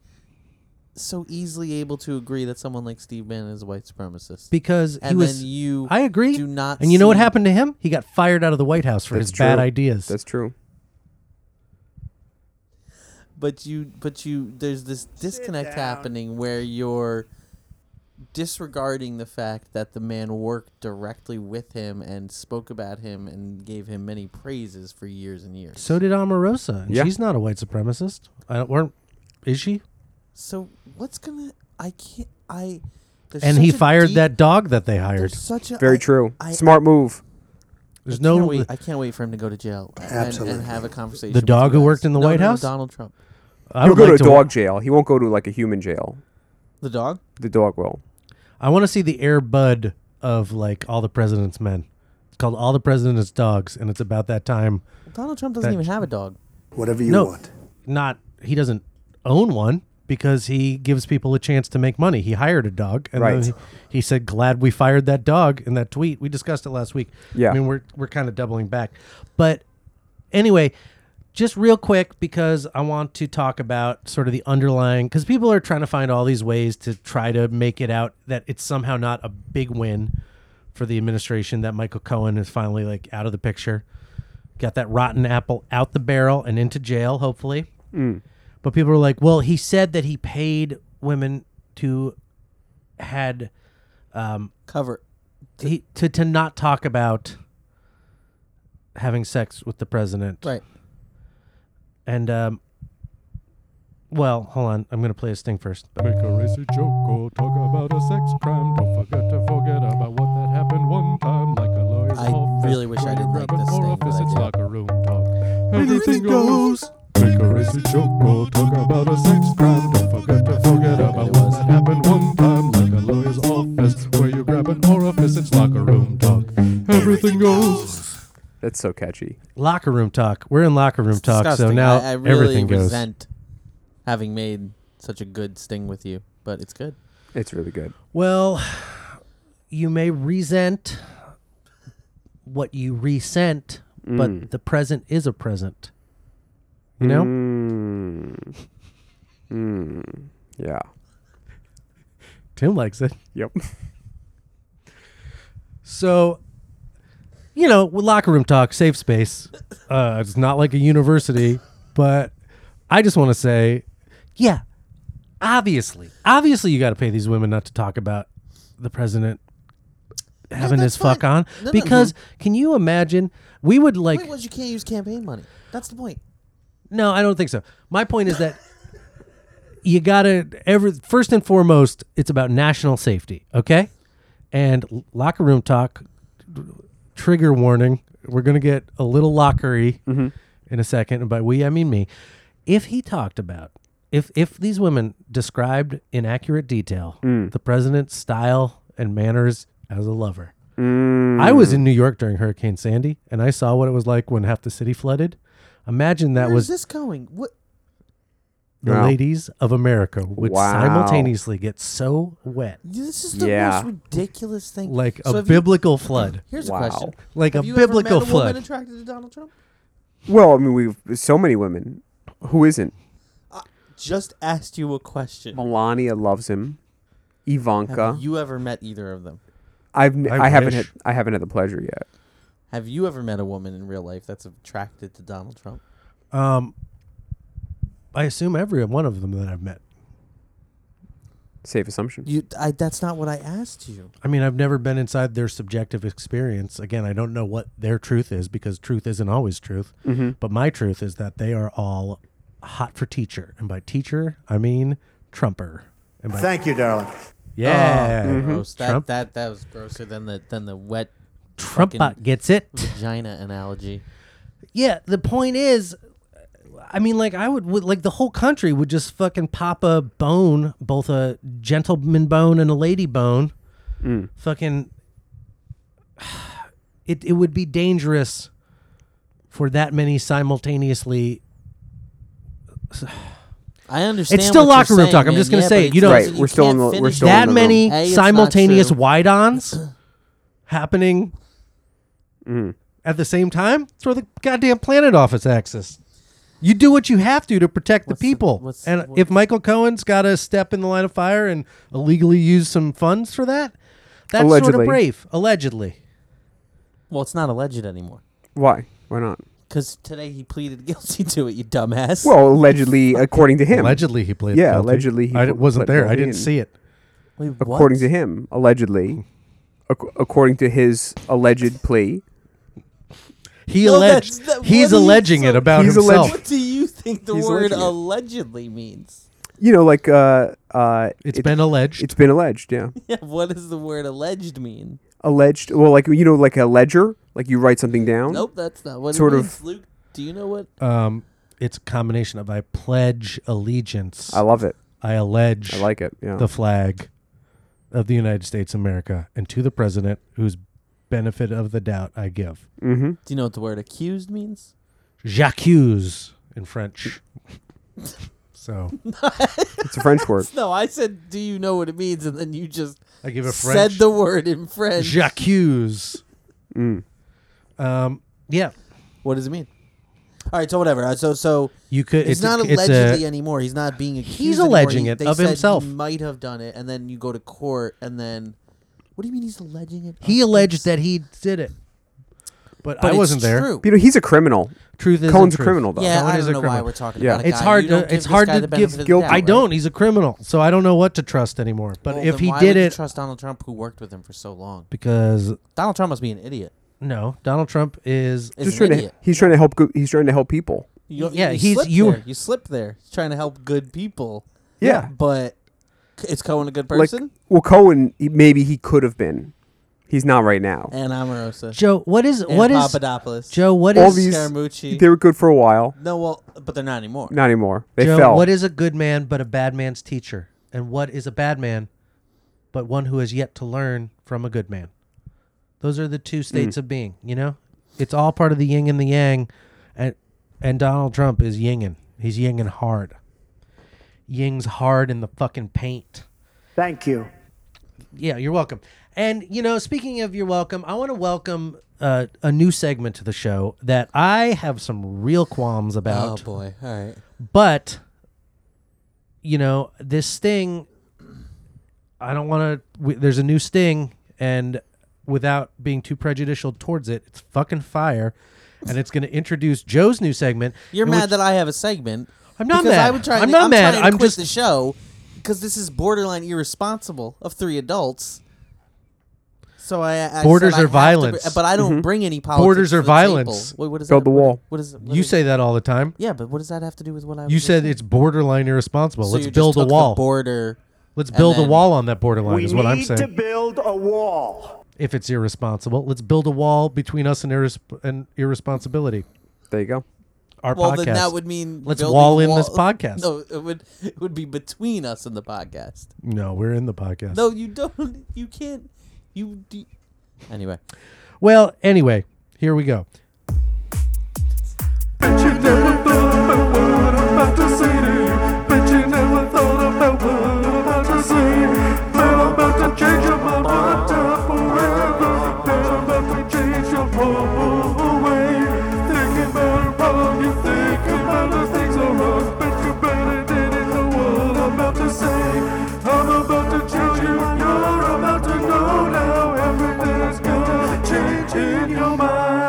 Speaker 4: so easily able to agree that someone like Steve Bannon is a white supremacist?
Speaker 3: because he
Speaker 4: And
Speaker 3: was.
Speaker 4: then you
Speaker 3: I agree.
Speaker 4: do not
Speaker 3: and you know what
Speaker 4: see-
Speaker 3: happened to him? He got fired out of the White House for
Speaker 2: That's
Speaker 3: his bad
Speaker 2: true.
Speaker 3: ideas.
Speaker 2: That's true.
Speaker 4: but you but you there's this disconnect
Speaker 1: down.
Speaker 4: happening where you're disregarding the fact that the man worked directly with him and spoke about him and gave him many praises for years and years.
Speaker 3: so did Omarosa, and
Speaker 2: Yeah.
Speaker 3: she's not a white supremacist. I don't, or, is she?
Speaker 4: So what's gonna? I can't. I. there's
Speaker 3: And
Speaker 4: such
Speaker 3: he
Speaker 4: a
Speaker 3: fired
Speaker 4: deep-
Speaker 3: that dog that they hired.
Speaker 4: there's Such a,
Speaker 2: Very
Speaker 4: I-
Speaker 2: true.
Speaker 4: I-
Speaker 2: Smart move.
Speaker 3: There's
Speaker 4: I
Speaker 3: no.
Speaker 4: can't wait, I can't wait for him to go to jail and, and have a conversation.
Speaker 3: The
Speaker 4: with
Speaker 3: dog
Speaker 4: you
Speaker 3: who
Speaker 4: guys.
Speaker 3: worked in the
Speaker 4: No,
Speaker 3: White
Speaker 4: no, no,
Speaker 3: House?
Speaker 4: Donald Trump.
Speaker 3: I
Speaker 2: He'll
Speaker 3: would
Speaker 2: go
Speaker 3: like
Speaker 2: to a
Speaker 3: to wa-
Speaker 2: dog jail. He won't go to like a human jail.
Speaker 4: The dog.
Speaker 2: The dog will.
Speaker 3: I want to see the Air Bud of like all the president's men. It's called All the President's Dogs, and it's about that time.
Speaker 4: Donald Trump doesn't
Speaker 3: That-
Speaker 4: even have a dog.
Speaker 6: Whatever you
Speaker 3: no,
Speaker 6: want.
Speaker 3: not he doesn't own one because he gives people a chance to make money. He hired a dog, and
Speaker 2: Right.
Speaker 3: then he, he said, "Glad we fired that dog." In that tweet, we discussed it last week.
Speaker 2: Yeah.
Speaker 3: I mean we're we're kind of doubling back, but anyway. Just real quick, because I want to talk about sort of the underlying, because people are trying to find all these ways to try to make it out that it's somehow not a big win for the administration that Michael Cohen is finally like out of the picture got that rotten apple out the barrel and into jail, hopefully. But people were like, well, he said that he paid women to had
Speaker 4: Cover.
Speaker 3: he, to to not talk about having sex with the president.
Speaker 4: Right.
Speaker 3: And um well, hold on. I'm going to play this thing first.
Speaker 5: Make a racy joke or talk about a sex crime. Don't forget to forget about what that happened one time. Like a lawyer's
Speaker 4: I
Speaker 5: office.
Speaker 4: really wish I
Speaker 5: when you
Speaker 4: didn't like
Speaker 5: grab it
Speaker 4: this
Speaker 5: for
Speaker 4: thing,
Speaker 5: office,
Speaker 4: but I
Speaker 5: it's
Speaker 4: do.
Speaker 5: like a room talk. Everything goes. Make a racy joke or talk about a sex crime. Don't forget to forget about what that happened one time. Like a lawyer's office where you grab an orifice. It's like a room talk. Everything goes.
Speaker 2: That's so catchy.
Speaker 3: Locker room talk. We're in locker room talk, so
Speaker 4: Disgusting.
Speaker 3: now
Speaker 4: I, I really
Speaker 3: everything goes.
Speaker 4: resent having made such a good sting with you, but it's good.
Speaker 2: It's really good.
Speaker 3: Well, you may resent what you resent, but the present is a present. You know?
Speaker 2: Mm. Hmm. Yeah.
Speaker 3: Tim likes it.
Speaker 2: Yep.
Speaker 3: So, you know, with locker room talk, safe space. Uh, it's not like a university, but I just want to say, yeah, obviously, obviously, you got to pay these women not to talk about the president having
Speaker 4: that's
Speaker 3: his fuck
Speaker 4: fine.
Speaker 3: on.
Speaker 4: No, no,
Speaker 3: because can you imagine? We would like.
Speaker 4: Point was you can't use campaign money. That's the point.
Speaker 3: No, I don't think so. My point is that you gotta every first and foremost, it's about national safety, okay? And l- locker room talk. d- Trigger warning: We're gonna get a little lockery in a second, and by we I mean me. If he talked about if if these women described in accurate detail the president's style and manners as a lover. I was in New York during Hurricane Sandy, and I saw what it was like when half the city flooded. Imagine that
Speaker 4: Where
Speaker 3: was
Speaker 4: is this going? What?
Speaker 3: the
Speaker 2: Wow.
Speaker 3: ladies of America would
Speaker 2: Wow.
Speaker 3: simultaneously get so wet,
Speaker 4: This is the
Speaker 2: Yeah.
Speaker 4: most ridiculous thing.
Speaker 3: like
Speaker 4: So
Speaker 3: a
Speaker 4: have you-
Speaker 3: biblical flood.
Speaker 4: Here's
Speaker 2: Wow.
Speaker 4: a question.
Speaker 3: Like
Speaker 4: Have
Speaker 3: a
Speaker 4: you ever
Speaker 3: biblical
Speaker 4: met a
Speaker 3: flood.
Speaker 4: Woman attracted to Donald Trump?
Speaker 2: Well, I mean, we've so many women. Who isn't?
Speaker 4: Just asked you a question.
Speaker 2: Melania loves him. Ivanka.
Speaker 4: Have you ever met either of them?
Speaker 2: I've n-
Speaker 3: I
Speaker 2: I, haven't had
Speaker 3: wish.
Speaker 2: I haven't had the pleasure yet.
Speaker 4: Have you ever met a woman in real life that's attracted to Donald Trump?
Speaker 3: Um, I assume every one of them that I've met.
Speaker 2: Safe assumption.
Speaker 4: You, I, that's not what I asked you.
Speaker 3: I mean, I've never been inside their subjective experience. Again, I don't know what their truth is because truth isn't always truth.
Speaker 6: Mm-hmm.
Speaker 3: But my truth is that they are all hot for teacher, and by teacher I mean Trumper. And by
Speaker 6: Thank you, darling. Oh, mm-hmm.
Speaker 3: yeah,
Speaker 4: Oh,
Speaker 2: Mm-hmm.
Speaker 4: Gross. That,
Speaker 3: Trump-
Speaker 4: that that was grosser than the than the wet
Speaker 3: Trumpbot
Speaker 4: fucking
Speaker 3: gets it.
Speaker 4: vagina analogy.
Speaker 3: Yeah, the point is, I mean, like I would, would like the whole country would just fucking pop a bone, both a gentleman bone and a lady bone. Fucking, it it would be dangerous for that many simultaneously.
Speaker 4: I understand.
Speaker 3: It's still
Speaker 4: what you're
Speaker 3: locker room
Speaker 4: saying,
Speaker 3: talk. I'm
Speaker 4: man.
Speaker 3: just gonna
Speaker 4: Yeah,
Speaker 3: say it.
Speaker 4: but it's
Speaker 3: You don't-
Speaker 4: not-
Speaker 2: Right, we're still
Speaker 4: can't
Speaker 2: in the- we're
Speaker 4: finish
Speaker 2: still in
Speaker 4: it.
Speaker 2: the
Speaker 3: that
Speaker 2: room.
Speaker 3: many
Speaker 4: Hey, it's not
Speaker 3: simultaneous
Speaker 4: true.
Speaker 3: wide-ons happening
Speaker 2: Mm.
Speaker 3: at the same time. Throw the goddamn planet off its axis. You do what you have to to protect the
Speaker 4: the-
Speaker 3: people.
Speaker 4: what's-
Speaker 3: and
Speaker 4: what-
Speaker 3: if Michael Cohen's got to step in the line of fire and illegally use some funds for that, that's sort
Speaker 2: Allegedly.
Speaker 3: of brave. Allegedly,
Speaker 4: Well, it's not alleged anymore
Speaker 2: Why? Why not?
Speaker 4: because today he pleaded guilty to it. You dumbass.
Speaker 2: Well, allegedly, according to him.
Speaker 3: allegedly he played.
Speaker 2: Yeah, guilty. allegedly he I pl- wasn't
Speaker 3: wasn't
Speaker 2: pled there.
Speaker 3: there.
Speaker 2: I
Speaker 3: I
Speaker 2: guilty
Speaker 3: didn't
Speaker 2: didn't and- see
Speaker 3: see it.
Speaker 4: Wait, what?
Speaker 2: according to him, allegedly, ac- according to his alleged plea.
Speaker 3: He
Speaker 4: No, that's-
Speaker 3: alleged.
Speaker 4: that- what
Speaker 3: he's
Speaker 4: are you
Speaker 3: alleging
Speaker 4: so-
Speaker 3: it about
Speaker 2: He's
Speaker 3: himself.
Speaker 2: alleged-
Speaker 4: What do you think the
Speaker 2: He's
Speaker 4: word
Speaker 2: alleging it.
Speaker 4: allegedly means?
Speaker 2: You know, like uh, uh,
Speaker 3: It's
Speaker 2: it-
Speaker 3: been alleged.
Speaker 2: it's been alleged. Yeah,
Speaker 4: Yeah, what does the word alleged mean?
Speaker 2: alleged. Well, like you know, like a ledger, like you write something down.
Speaker 4: Nope, that's not what
Speaker 2: Sort
Speaker 4: it
Speaker 2: of-
Speaker 4: means. Luke, do you know what?
Speaker 3: um, it's a combination of I pledge allegiance.
Speaker 2: I love it.
Speaker 3: I allege
Speaker 2: I like it. Yeah.
Speaker 3: the flag of the United States of America and to the president whose benefit of the doubt I give.
Speaker 2: mm-hmm.
Speaker 4: Do you know what the word accused means?
Speaker 3: J'accuse in French. so
Speaker 2: It's a French word.
Speaker 4: No, I said, do you know what it means? And then you just
Speaker 3: I give a
Speaker 4: said
Speaker 3: French
Speaker 4: the word in French.
Speaker 3: j'accuse.
Speaker 2: Mm.
Speaker 3: Um, yeah,
Speaker 4: What does it mean? All right, so whatever. Uh, So, so
Speaker 3: you could.
Speaker 4: it's, not
Speaker 3: it's
Speaker 4: allegedly
Speaker 3: a,
Speaker 4: anymore. He's not being accused.
Speaker 3: He's
Speaker 4: anymore.
Speaker 3: alleging
Speaker 4: He-
Speaker 3: it
Speaker 4: they
Speaker 3: of
Speaker 4: said
Speaker 3: himself.
Speaker 4: He might have done it, and then you go to court, and then what do you mean he's alleging it?
Speaker 3: he
Speaker 4: of
Speaker 3: alleged
Speaker 4: himself?
Speaker 3: that he did it, but,
Speaker 4: But
Speaker 3: I
Speaker 4: it's
Speaker 3: wasn't there.
Speaker 4: True.
Speaker 2: You know, he's a criminal.
Speaker 3: Truth is
Speaker 2: Cohen's a
Speaker 3: truth.
Speaker 2: criminal, though.
Speaker 4: Yeah,
Speaker 3: Someone
Speaker 4: I
Speaker 3: is
Speaker 4: don't
Speaker 3: a
Speaker 4: know why
Speaker 3: criminal.
Speaker 4: we're talking
Speaker 2: Yeah.
Speaker 4: about a
Speaker 3: It's
Speaker 4: guy.
Speaker 3: hard
Speaker 4: You don't
Speaker 3: to-
Speaker 4: give
Speaker 3: it's
Speaker 4: this
Speaker 3: hard
Speaker 4: guy
Speaker 3: to
Speaker 4: the benefit
Speaker 2: give
Speaker 4: of the
Speaker 2: guilt.
Speaker 4: doubt,
Speaker 3: I
Speaker 4: right?
Speaker 3: don't. He's a criminal, so I don't know what to trust anymore. But
Speaker 4: Well,
Speaker 3: if
Speaker 4: then
Speaker 3: he
Speaker 4: why
Speaker 3: did
Speaker 4: would you
Speaker 3: it,
Speaker 4: trust Donald Trump, who worked with him for so long.
Speaker 3: because
Speaker 4: Donald Trump must be an idiot.
Speaker 3: no, Donald Trump is
Speaker 4: Is
Speaker 2: Just
Speaker 4: an
Speaker 2: trying to.
Speaker 4: idiot.
Speaker 2: He's trying to help. Go- he's trying to help people.
Speaker 4: You,
Speaker 3: Yeah,
Speaker 4: you
Speaker 3: he's-
Speaker 4: slipped
Speaker 3: you-
Speaker 4: there. you slipped there. He's trying to help good people.
Speaker 2: Yeah.
Speaker 4: but c- is Cohen a good
Speaker 2: Like,
Speaker 4: person?
Speaker 2: well, Cohen, he- maybe he could have been. He's not right now.
Speaker 4: and Omarosa.
Speaker 3: Joe. What is
Speaker 4: and
Speaker 3: what is
Speaker 4: Papadopoulos?
Speaker 3: Joe? What
Speaker 2: All
Speaker 3: is
Speaker 2: these-
Speaker 4: Scaramucci.
Speaker 2: They were good for a while.
Speaker 4: no, well, but they're not anymore.
Speaker 2: Not anymore. They
Speaker 3: Joe?
Speaker 2: fell.
Speaker 3: What is a good man but a bad man's teacher? And what is a bad man but one who has yet to learn from a good man? Those are the two
Speaker 2: Hmm.
Speaker 3: states of being. You know, it's all part of the yin and the yang, and and Donald Trump is yinging. He's yinging hard. Ying's hard in the fucking paint.
Speaker 1: Thank you.
Speaker 3: Yeah, you're welcome. And you know, speaking of you're welcome, I want to welcome uh, a new segment to the show that I have some real qualms
Speaker 4: Oh
Speaker 3: about.
Speaker 4: boy! All right.
Speaker 3: but you know, this Sting, I don't want to. There's a new Sting, and without being too prejudicial towards it, it's fucking fire, and it's going to introduce Joe's new segment.
Speaker 4: You're
Speaker 3: in
Speaker 4: mad
Speaker 3: which-
Speaker 4: that I have a segment.
Speaker 3: I'm not
Speaker 4: because
Speaker 3: mad.
Speaker 4: I would try
Speaker 3: I'm
Speaker 4: to,
Speaker 3: not
Speaker 4: I'm
Speaker 3: mad.
Speaker 4: Trying to
Speaker 3: I'm
Speaker 4: quit
Speaker 3: just-
Speaker 4: the show because this is borderline irresponsible of three adults. So I, I said
Speaker 3: Borders
Speaker 4: I
Speaker 3: are
Speaker 4: have to br-
Speaker 3: violence.
Speaker 4: but I don't bring any politics.
Speaker 3: Borders
Speaker 4: to
Speaker 3: are
Speaker 4: the
Speaker 3: violence.
Speaker 4: table. Wait, what is
Speaker 2: Mm-hmm. Build
Speaker 4: that?
Speaker 2: the
Speaker 4: what-
Speaker 2: wall.
Speaker 4: What is? What
Speaker 3: you
Speaker 4: is-
Speaker 3: say that all the time.
Speaker 4: Yeah, but what does that have to do with what I?
Speaker 3: You
Speaker 4: was
Speaker 3: said
Speaker 4: saying?
Speaker 3: it's borderline irresponsible.
Speaker 4: So
Speaker 3: Let's
Speaker 4: you just
Speaker 3: build a
Speaker 4: took the
Speaker 3: wall.
Speaker 4: border.
Speaker 3: Let's
Speaker 4: and
Speaker 3: build a
Speaker 4: then-
Speaker 3: wall on that borderline.
Speaker 1: we
Speaker 3: is what I'm
Speaker 1: need
Speaker 3: saying.
Speaker 1: to build a wall.
Speaker 3: if it's irresponsible. Let's build a wall between us and, irresp- and irresponsibility.
Speaker 2: there you go.
Speaker 3: Our
Speaker 4: Well,
Speaker 3: podcast.
Speaker 4: then that would mean
Speaker 3: Let's
Speaker 4: building
Speaker 3: wall
Speaker 4: a
Speaker 3: in this podcast.
Speaker 4: No, it would it would be between us and the podcast.
Speaker 3: no, we're in the podcast.
Speaker 4: No, you don't. You can't. You. Do, anyway,
Speaker 3: Well, anyway, here we go.
Speaker 5: Bet you never thought about what I'm about to say to you. Bet you never thought about what I'm about to say. Man, I'm about to change your mind for time forever. Man, I'm about to change your whole way. Thinking about it wrong, you think about the things are wrong. Bet you better didn't know what I'm about to say. I'm about to change you. You're about to know now. Everything's gonna change in your mind.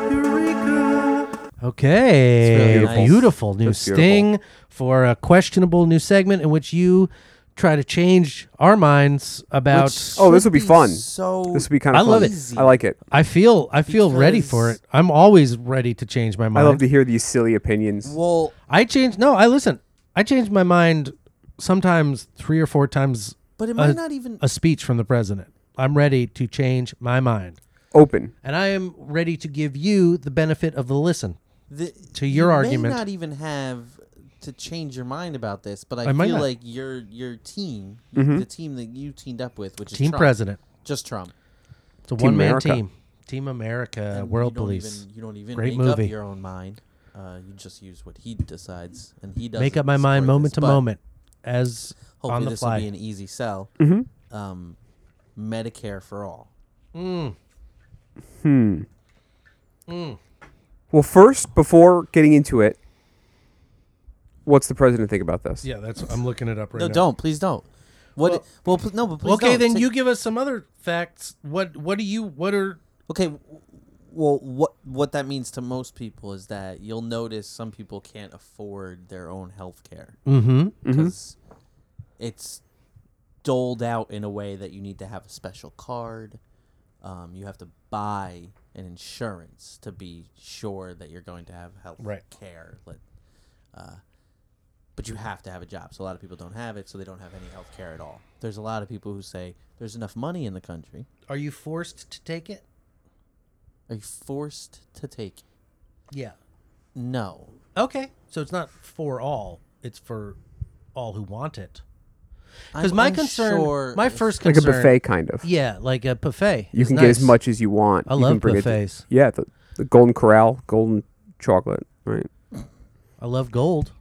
Speaker 5: Eureka.
Speaker 3: Okay,
Speaker 4: It's really nice.
Speaker 3: beautiful new
Speaker 2: That's beautiful.
Speaker 3: sting for a questionable new segment in which you try to change our minds about.
Speaker 4: Which
Speaker 2: Oh, this
Speaker 4: should
Speaker 2: would be fun.
Speaker 4: So
Speaker 2: This would be kind
Speaker 3: I
Speaker 2: of.
Speaker 3: love it.
Speaker 4: easy.
Speaker 2: I like it.
Speaker 3: I feel I feel ready for it.
Speaker 4: because-
Speaker 3: I'm always ready to change my
Speaker 2: I
Speaker 3: mind.
Speaker 2: love to hear these silly opinions.
Speaker 4: Well,
Speaker 3: I change. No, I listen. I change my mind sometimes three or four times
Speaker 4: but it
Speaker 3: a-
Speaker 4: might not even.
Speaker 3: a speech from the president. I'm ready to change my mind.
Speaker 2: Open.
Speaker 3: And I am ready to give you the benefit of the listen.
Speaker 4: the,
Speaker 3: To your
Speaker 4: you
Speaker 3: argument.
Speaker 4: may not even have to change your mind about this, but I,
Speaker 3: I might
Speaker 4: feel
Speaker 3: not.
Speaker 4: like your your team, the team that you teamed up with, which is
Speaker 3: Team
Speaker 4: Trump,
Speaker 3: president.
Speaker 4: just Trump.
Speaker 3: It's a
Speaker 2: Team
Speaker 3: one man
Speaker 2: America.
Speaker 3: team. Team America,
Speaker 4: And
Speaker 3: Uh, World
Speaker 4: you don't
Speaker 3: Police.
Speaker 4: Even, you don't even
Speaker 3: Great
Speaker 4: make
Speaker 3: movie.
Speaker 4: up your own mind. Uh, you just use what he decides, and he does
Speaker 3: Make up my mind moment to moment as
Speaker 4: Hopefully,
Speaker 3: on the
Speaker 4: this
Speaker 3: fly.
Speaker 4: will be an easy sell. Um, Medicare for all.
Speaker 2: Well, first, before getting into it, what's the president think about this?
Speaker 3: yeah, that's I'm looking it up right
Speaker 4: No,
Speaker 3: now.
Speaker 4: don't please don't. What? Well, pl- no, but please
Speaker 3: okay,
Speaker 4: don't.
Speaker 3: then
Speaker 4: Take-
Speaker 3: you give us some other facts. What what do you what are
Speaker 4: Okay, w- well, what what that means to most people is that you'll notice some people can't afford their own health care
Speaker 3: mm-hmm.
Speaker 4: because it's doled out in a way that you need to have a special card. Um, you have to buy an insurance to be sure that you're going to have health
Speaker 3: Right.
Speaker 4: care. Let, uh, but you have to have a job. So a lot of people don't have it, so they don't have any health care at all. There's a lot of people who say there's enough money in the country.
Speaker 3: Are you forced to take it?
Speaker 4: Are you forced to take it?
Speaker 3: Yeah.
Speaker 4: No.
Speaker 3: Okay. So it's not for all. It's for all who want it. Because
Speaker 4: I'm
Speaker 3: my concern,
Speaker 4: unsure
Speaker 3: my
Speaker 4: if-
Speaker 3: first
Speaker 2: Like a
Speaker 3: concern,
Speaker 2: buffet, kind of.
Speaker 3: Yeah, like a buffet.
Speaker 2: You
Speaker 3: is
Speaker 2: can get as
Speaker 3: nice.
Speaker 2: much as you want.
Speaker 3: I
Speaker 2: You
Speaker 3: love
Speaker 2: can bring it to-
Speaker 3: buffets.
Speaker 2: yeah, the, the Golden Corral, golden chocolate, right?
Speaker 3: I love gold.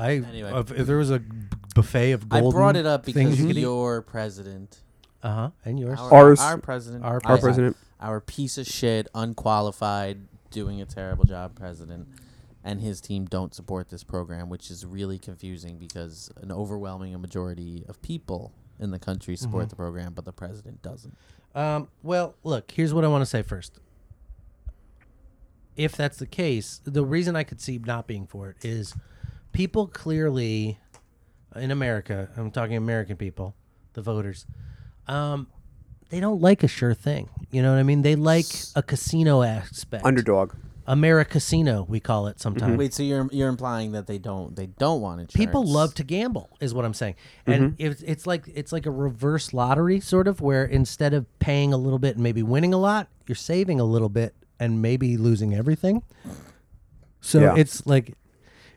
Speaker 3: I
Speaker 4: Anyway.
Speaker 3: if, if there was a b- buffet of
Speaker 4: I
Speaker 3: gold,
Speaker 4: brought it up
Speaker 3: things
Speaker 4: because
Speaker 3: you could eat.
Speaker 4: your president,
Speaker 3: uh huh, and yours.
Speaker 4: our,
Speaker 2: Ours-
Speaker 4: our president,
Speaker 3: our
Speaker 2: Our president.
Speaker 4: our piece of shit, unqualified, doing a terrible job, president, and his team don't support this program, which is really confusing because an overwhelming majority of people in the country support
Speaker 3: Mm-hmm.
Speaker 4: the program, but the president doesn't.
Speaker 3: Um, well, look, here's what I want to say first. If that's the case, the reason I could see not being for it is people clearly in America, I'm talking American people, the voters, um, they don't like a sure thing. You know what I mean? They like a casino aspect.
Speaker 2: Underdog.
Speaker 3: America Casino, we call it sometimes.
Speaker 4: Wait, so you're you're implying that they don't they don't want insurance?
Speaker 3: people love to gamble is what i'm saying and
Speaker 2: Mm-hmm.
Speaker 3: it's, it's like it's like a reverse lottery sort of where instead of paying a little bit and maybe winning a lot you're saving a little bit and maybe losing everything so
Speaker 2: Yeah.
Speaker 3: it's like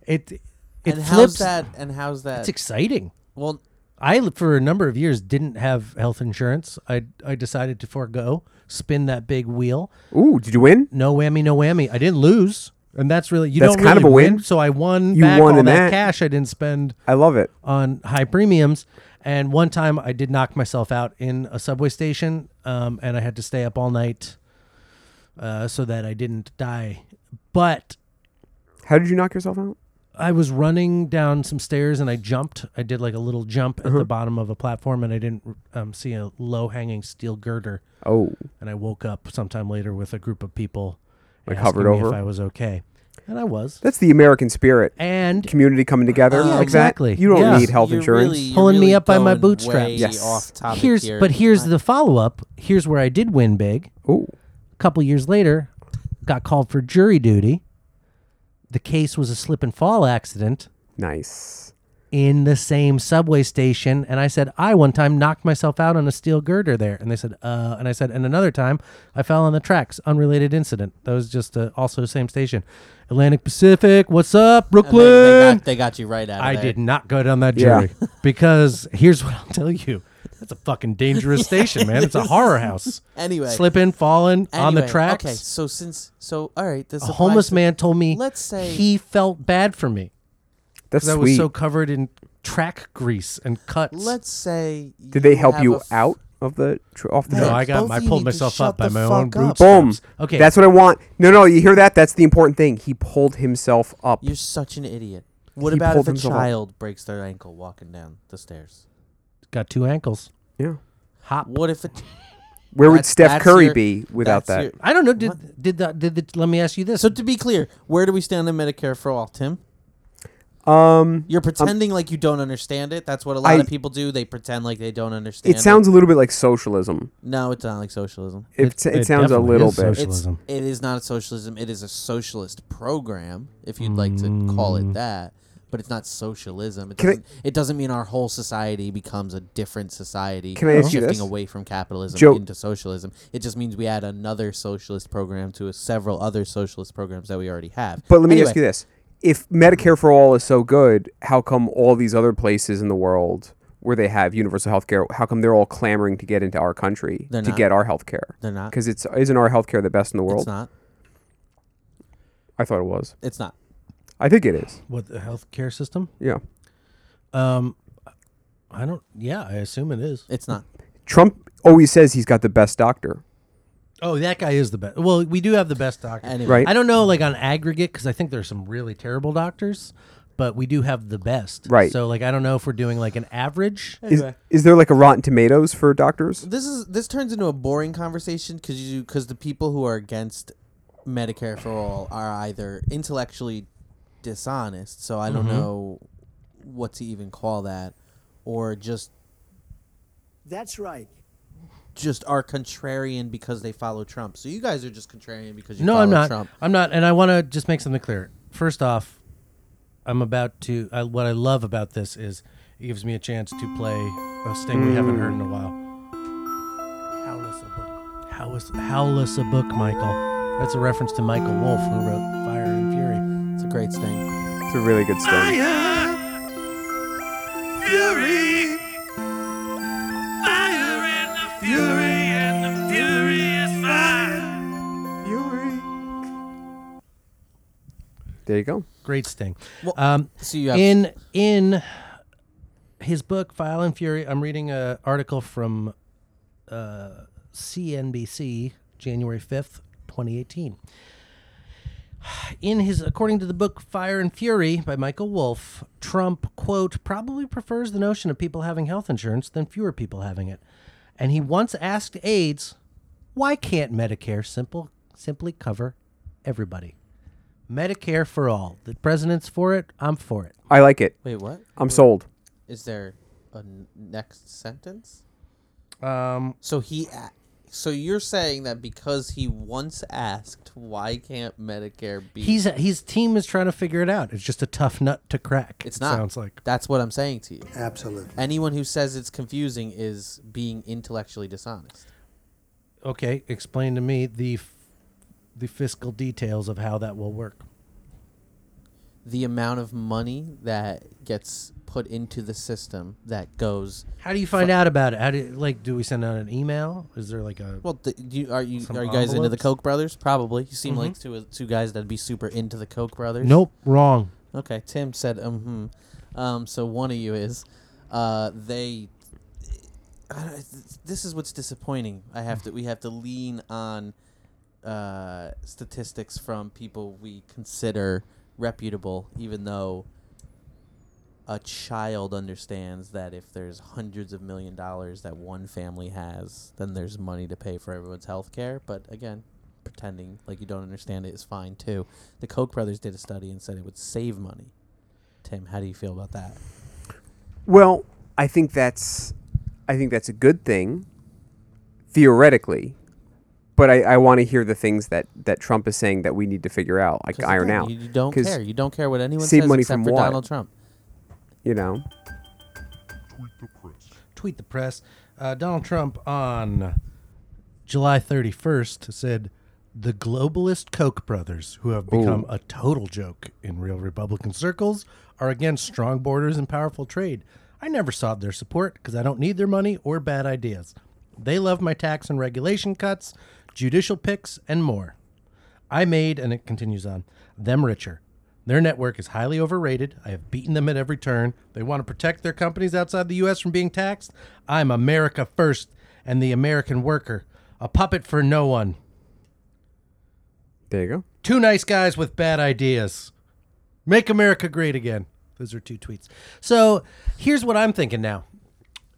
Speaker 3: it it
Speaker 4: And
Speaker 3: flips
Speaker 4: how's that? And how's that?
Speaker 3: it's exciting
Speaker 4: well,
Speaker 3: i for a number of years didn't have health insurance i i decided to forego spin that big wheel
Speaker 2: Ooh, did you win?
Speaker 3: no whammy no whammy i didn't lose and that's really you
Speaker 2: That's
Speaker 3: don't
Speaker 2: kind
Speaker 3: really
Speaker 2: of a win.
Speaker 3: so i won
Speaker 2: You
Speaker 3: back
Speaker 2: won
Speaker 3: all
Speaker 2: in
Speaker 3: that
Speaker 2: that.
Speaker 3: cash i didn't spend
Speaker 2: I love it.
Speaker 3: on high premiums. And one time I did knock myself out in a subway station, um, and I had to stay up all night uh, so that I didn't die. But
Speaker 2: How did you knock yourself out?
Speaker 3: I was running down some stairs and I jumped. I did like a little jump at
Speaker 2: Uh-huh.
Speaker 3: the bottom of a platform, and I didn't um, see a low hanging steel girder.
Speaker 2: Oh,
Speaker 3: And I woke up sometime later with a group of people
Speaker 2: Like
Speaker 3: asking
Speaker 2: hovered
Speaker 3: me if
Speaker 2: over?
Speaker 3: I was okay, and I was.
Speaker 2: that's the American spirit.
Speaker 3: And
Speaker 2: Community coming together
Speaker 4: Yeah,
Speaker 2: like
Speaker 3: exactly.
Speaker 2: that. You don't
Speaker 3: Yeah.
Speaker 2: need health
Speaker 4: you're
Speaker 2: insurance.
Speaker 4: really- you're
Speaker 3: Pulling me
Speaker 4: really
Speaker 3: up by my
Speaker 4: going
Speaker 3: bootstraps.
Speaker 4: way
Speaker 2: Yes.
Speaker 4: Off topic
Speaker 3: here's,
Speaker 4: here.
Speaker 3: but here's the follow up. Here's where I did win big.
Speaker 2: Ooh,
Speaker 3: couple years later, got called for jury duty. The case was a slip and fall accident
Speaker 2: nice.
Speaker 3: in the same subway station. And I said, I one time knocked myself out on a steel girder there. And they said, uh, and I said, and another time I fell on the tracks. Unrelated incident. That was just uh, also same station. Atlantic Pacific, what's up,
Speaker 4: And they, they,
Speaker 3: Brooklyn?
Speaker 4: got, they got you right out. Of
Speaker 3: I
Speaker 4: there.
Speaker 3: did not go down that
Speaker 2: Yeah.
Speaker 3: jury because here's what I'll tell you. That's a fucking dangerous station, man. It's a horror house.
Speaker 4: Anyway.
Speaker 3: Slipping, falling on the
Speaker 4: Anyway,
Speaker 3: tracks.
Speaker 4: Okay, so since so all right, this
Speaker 3: a homeless
Speaker 4: applies to-
Speaker 3: man told me
Speaker 4: let's say-
Speaker 3: he felt bad for me
Speaker 2: That's
Speaker 3: because I
Speaker 2: sweet.
Speaker 3: was so covered in track grease and cuts.
Speaker 4: Let's say
Speaker 2: Did they help
Speaker 4: have
Speaker 2: you
Speaker 4: a f-
Speaker 2: out of the tr- off the
Speaker 3: no,
Speaker 2: truck?
Speaker 3: I got
Speaker 4: both
Speaker 3: I
Speaker 4: of you
Speaker 3: pulled
Speaker 4: need to
Speaker 3: myself
Speaker 4: shut
Speaker 3: up by
Speaker 4: the
Speaker 3: my own
Speaker 4: fuck up.
Speaker 3: bootstraps.
Speaker 2: Boom.
Speaker 3: Okay,
Speaker 2: That's what I want. No, no, you hear that? That's the important thing. He pulled himself up.
Speaker 4: You're such an idiot. What
Speaker 2: He
Speaker 4: about
Speaker 2: pulled
Speaker 4: if a
Speaker 2: himself up.
Speaker 4: child breaks their ankle walking down the stairs?
Speaker 3: got two ankles.
Speaker 2: Yeah.
Speaker 3: Hop.
Speaker 4: What if it?
Speaker 2: Where would
Speaker 4: That's-
Speaker 2: Steph
Speaker 4: that's
Speaker 2: Curry
Speaker 4: your-
Speaker 2: be without that?
Speaker 4: that's your-
Speaker 3: I don't know. Did did the did the, let me ask you this?
Speaker 4: so to be clear, where do we stand on Medicare for all, Tim?
Speaker 2: Um,
Speaker 4: You're pretending like you don't understand it. That's what a lot
Speaker 2: I-
Speaker 4: of people do. They pretend like they don't understand.
Speaker 2: it sounds a little bit like socialism.
Speaker 4: no, it's not like socialism.
Speaker 2: It, it,
Speaker 3: it
Speaker 2: sounds a
Speaker 3: definitely
Speaker 2: little
Speaker 3: is
Speaker 2: bit.
Speaker 3: social. Socialism.
Speaker 4: It's, it is not a socialism. It is a socialist program, if you'd like to call it that. but it's not socialism. It
Speaker 2: Mm. Can I-
Speaker 4: doesn't, it doesn't mean our whole society becomes a different society.
Speaker 2: Can I ask you
Speaker 4: shifting
Speaker 2: this?
Speaker 4: away from capitalism
Speaker 2: Joe-
Speaker 4: into socialism? It just means we add another socialist program to several other socialist programs that we already have.
Speaker 2: But let me ask
Speaker 4: Anyway,
Speaker 2: you this: If Medicare for all is so good, how come all these other places in the world where they have universal health care, how come they're all clamoring to get into our country
Speaker 4: They're
Speaker 2: to
Speaker 4: not.
Speaker 2: get our health care?
Speaker 4: They're not.
Speaker 2: because it's isn't our health care the best in the
Speaker 4: It's
Speaker 2: world?
Speaker 4: not.
Speaker 2: I thought it was.
Speaker 4: It's not.
Speaker 2: I think it is.
Speaker 3: What the healthcare system?
Speaker 2: Yeah.
Speaker 3: Um, I don't. Yeah, I assume it is.
Speaker 4: It's not.
Speaker 2: Trump always says he's got the best doctor.
Speaker 3: Oh, that guy is the best. Well, we do have the best doctor.
Speaker 4: Anyway.
Speaker 2: Right.
Speaker 3: I don't know, like on aggregate, because I think there's some really terrible doctors, but we do have the best.
Speaker 2: Right.
Speaker 3: So, like, I don't know if we're doing like an average.
Speaker 2: Is, is there like a Rotten Tomatoes for doctors?
Speaker 4: this is this turns into a boring conversation because you because the people who are against Medicare for all are either intellectually dishonest, so I don't
Speaker 3: Mm-hmm.
Speaker 4: know what to even call that, or just
Speaker 1: That's right.
Speaker 4: just are contrarian because they follow Trump. So you guys are just contrarian because you
Speaker 3: No,
Speaker 4: follow
Speaker 3: I'm not.
Speaker 4: Trump.
Speaker 3: I'm not. And I want to just make something clear. First off, I'm about to. I, what I love about this is it gives me a chance to play a sting we haven't heard in a while. Howl us a book. Howl us, howl us a book, Michael. That's a reference to Michael Wolf, who wrote Fire and Fury.
Speaker 4: It's a great thing.
Speaker 2: It's a really good story. There you go.
Speaker 3: Great sting.
Speaker 4: Well,
Speaker 3: Um,
Speaker 4: So you have
Speaker 3: in in his book File and Fury, I'm reading an article from uh, CNBC, January 5th, 2018. In his, according to the book Fire and Fury by Michael Wolff, Trump, quote, probably prefers the notion of people having health insurance than fewer people having it. And he once asked aides, why can't Medicare simple, simply cover everybody? Medicare for all. The president's for it. I'm for it.
Speaker 2: I like it.
Speaker 4: wait. What
Speaker 2: I'm sold.
Speaker 4: is there a n- next sentence?
Speaker 3: Um,
Speaker 4: So he. A- so you're saying that because he once asked why can't Medicare be
Speaker 3: he's his team is trying to figure it out. It's just a tough nut to crack.
Speaker 4: It's
Speaker 3: it
Speaker 4: not.
Speaker 3: Sounds like
Speaker 4: That's what I'm saying to you.
Speaker 1: Absolutely.
Speaker 4: Anyone who says it's confusing is being intellectually dishonest.
Speaker 3: okay. Explain to me the f- the fiscal details of how that will work.
Speaker 4: The amount of money that gets put into the system that goes
Speaker 3: How do you find out about it? How do like do we send out an email? Is there like a
Speaker 4: well. Th- do you, are you
Speaker 3: Some
Speaker 4: are you guys into
Speaker 3: envelopes?
Speaker 4: the
Speaker 3: Mm-hmm.
Speaker 4: Koch brothers? Probably. You seem like two two guys that'd be super into the Koch brothers.
Speaker 3: nope wrong?
Speaker 4: Okay, Tim said, um, hmm. um so one of you is, uh, they. I don't, this is what's disappointing. I have to. We have to lean on uh, statistics from people we consider reputable, even though a child understands that if there's hundreds of million dollars that one family has, then there's money to pay for everyone's health care. But again, pretending like you don't understand it is fine too. The Koch brothers did a study and said it would save money. Tim, how do you feel about that?
Speaker 2: Well, I think that's I think that's a good thing theoretically. But I, I want to hear the things that, that Trump is saying that we need to figure out, like
Speaker 4: 'Cause
Speaker 2: iron
Speaker 4: again,
Speaker 2: out.
Speaker 4: You, you don't
Speaker 2: 'Cause,
Speaker 4: care. You don't care what anyone
Speaker 2: save
Speaker 4: says
Speaker 2: money
Speaker 4: except
Speaker 2: from
Speaker 4: for
Speaker 2: what?
Speaker 4: Donald Trump.
Speaker 2: You know,
Speaker 3: Tweet the press. Uh, Donald Trump on July 31st said. The globalist Koch brothers, who have become a total joke in real Republican circles, are against strong borders and powerful trade. I never sought their support because I don't need their money or bad ideas. They love my tax and regulation cuts, judicial picks, and more. I made, and it continues on, them richer. Their network is highly overrated. I have beaten them at every turn. They want to protect their companies outside the U.S. from being taxed. I'm America first and the American worker, a puppet for no one.
Speaker 2: there you go.
Speaker 3: Two nice guys with bad ideas. Make America great again. Those are two tweets. So here's what I'm thinking now.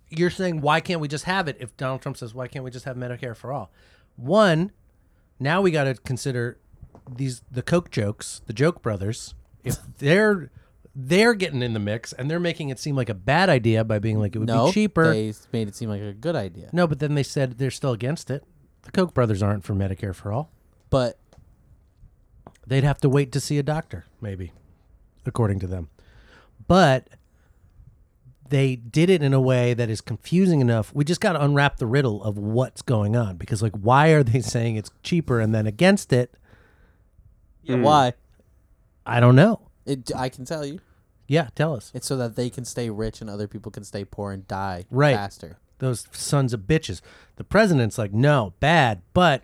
Speaker 3: You're saying, why can't we just have it? If Donald Trump says, why can't we just have Medicare for all? One, now we got to consider these the Koch jokes, the Joke Brothers. If they're they're getting in the mix and they're making it seem like a bad idea by being like it would
Speaker 4: No,
Speaker 3: be cheaper.
Speaker 4: They s- made it seem like a good idea.
Speaker 3: no, but then they said they're still against it. The Koch brothers aren't for Medicare for all.
Speaker 4: But
Speaker 3: They'd have to wait to see a doctor, maybe, according to them. but they did it in a way that is confusing enough. We just got to unwrap the riddle of what's going on because, like, why are they saying it's cheaper and then against it?
Speaker 4: Yeah,
Speaker 2: Hmm.
Speaker 4: why?
Speaker 3: I don't know.
Speaker 4: It, I can tell you.
Speaker 3: Yeah, tell us.
Speaker 4: It's so that they can stay rich and other people can stay poor and die
Speaker 3: Right.
Speaker 4: faster.
Speaker 3: Those sons of bitches. The president's like, no, bad, but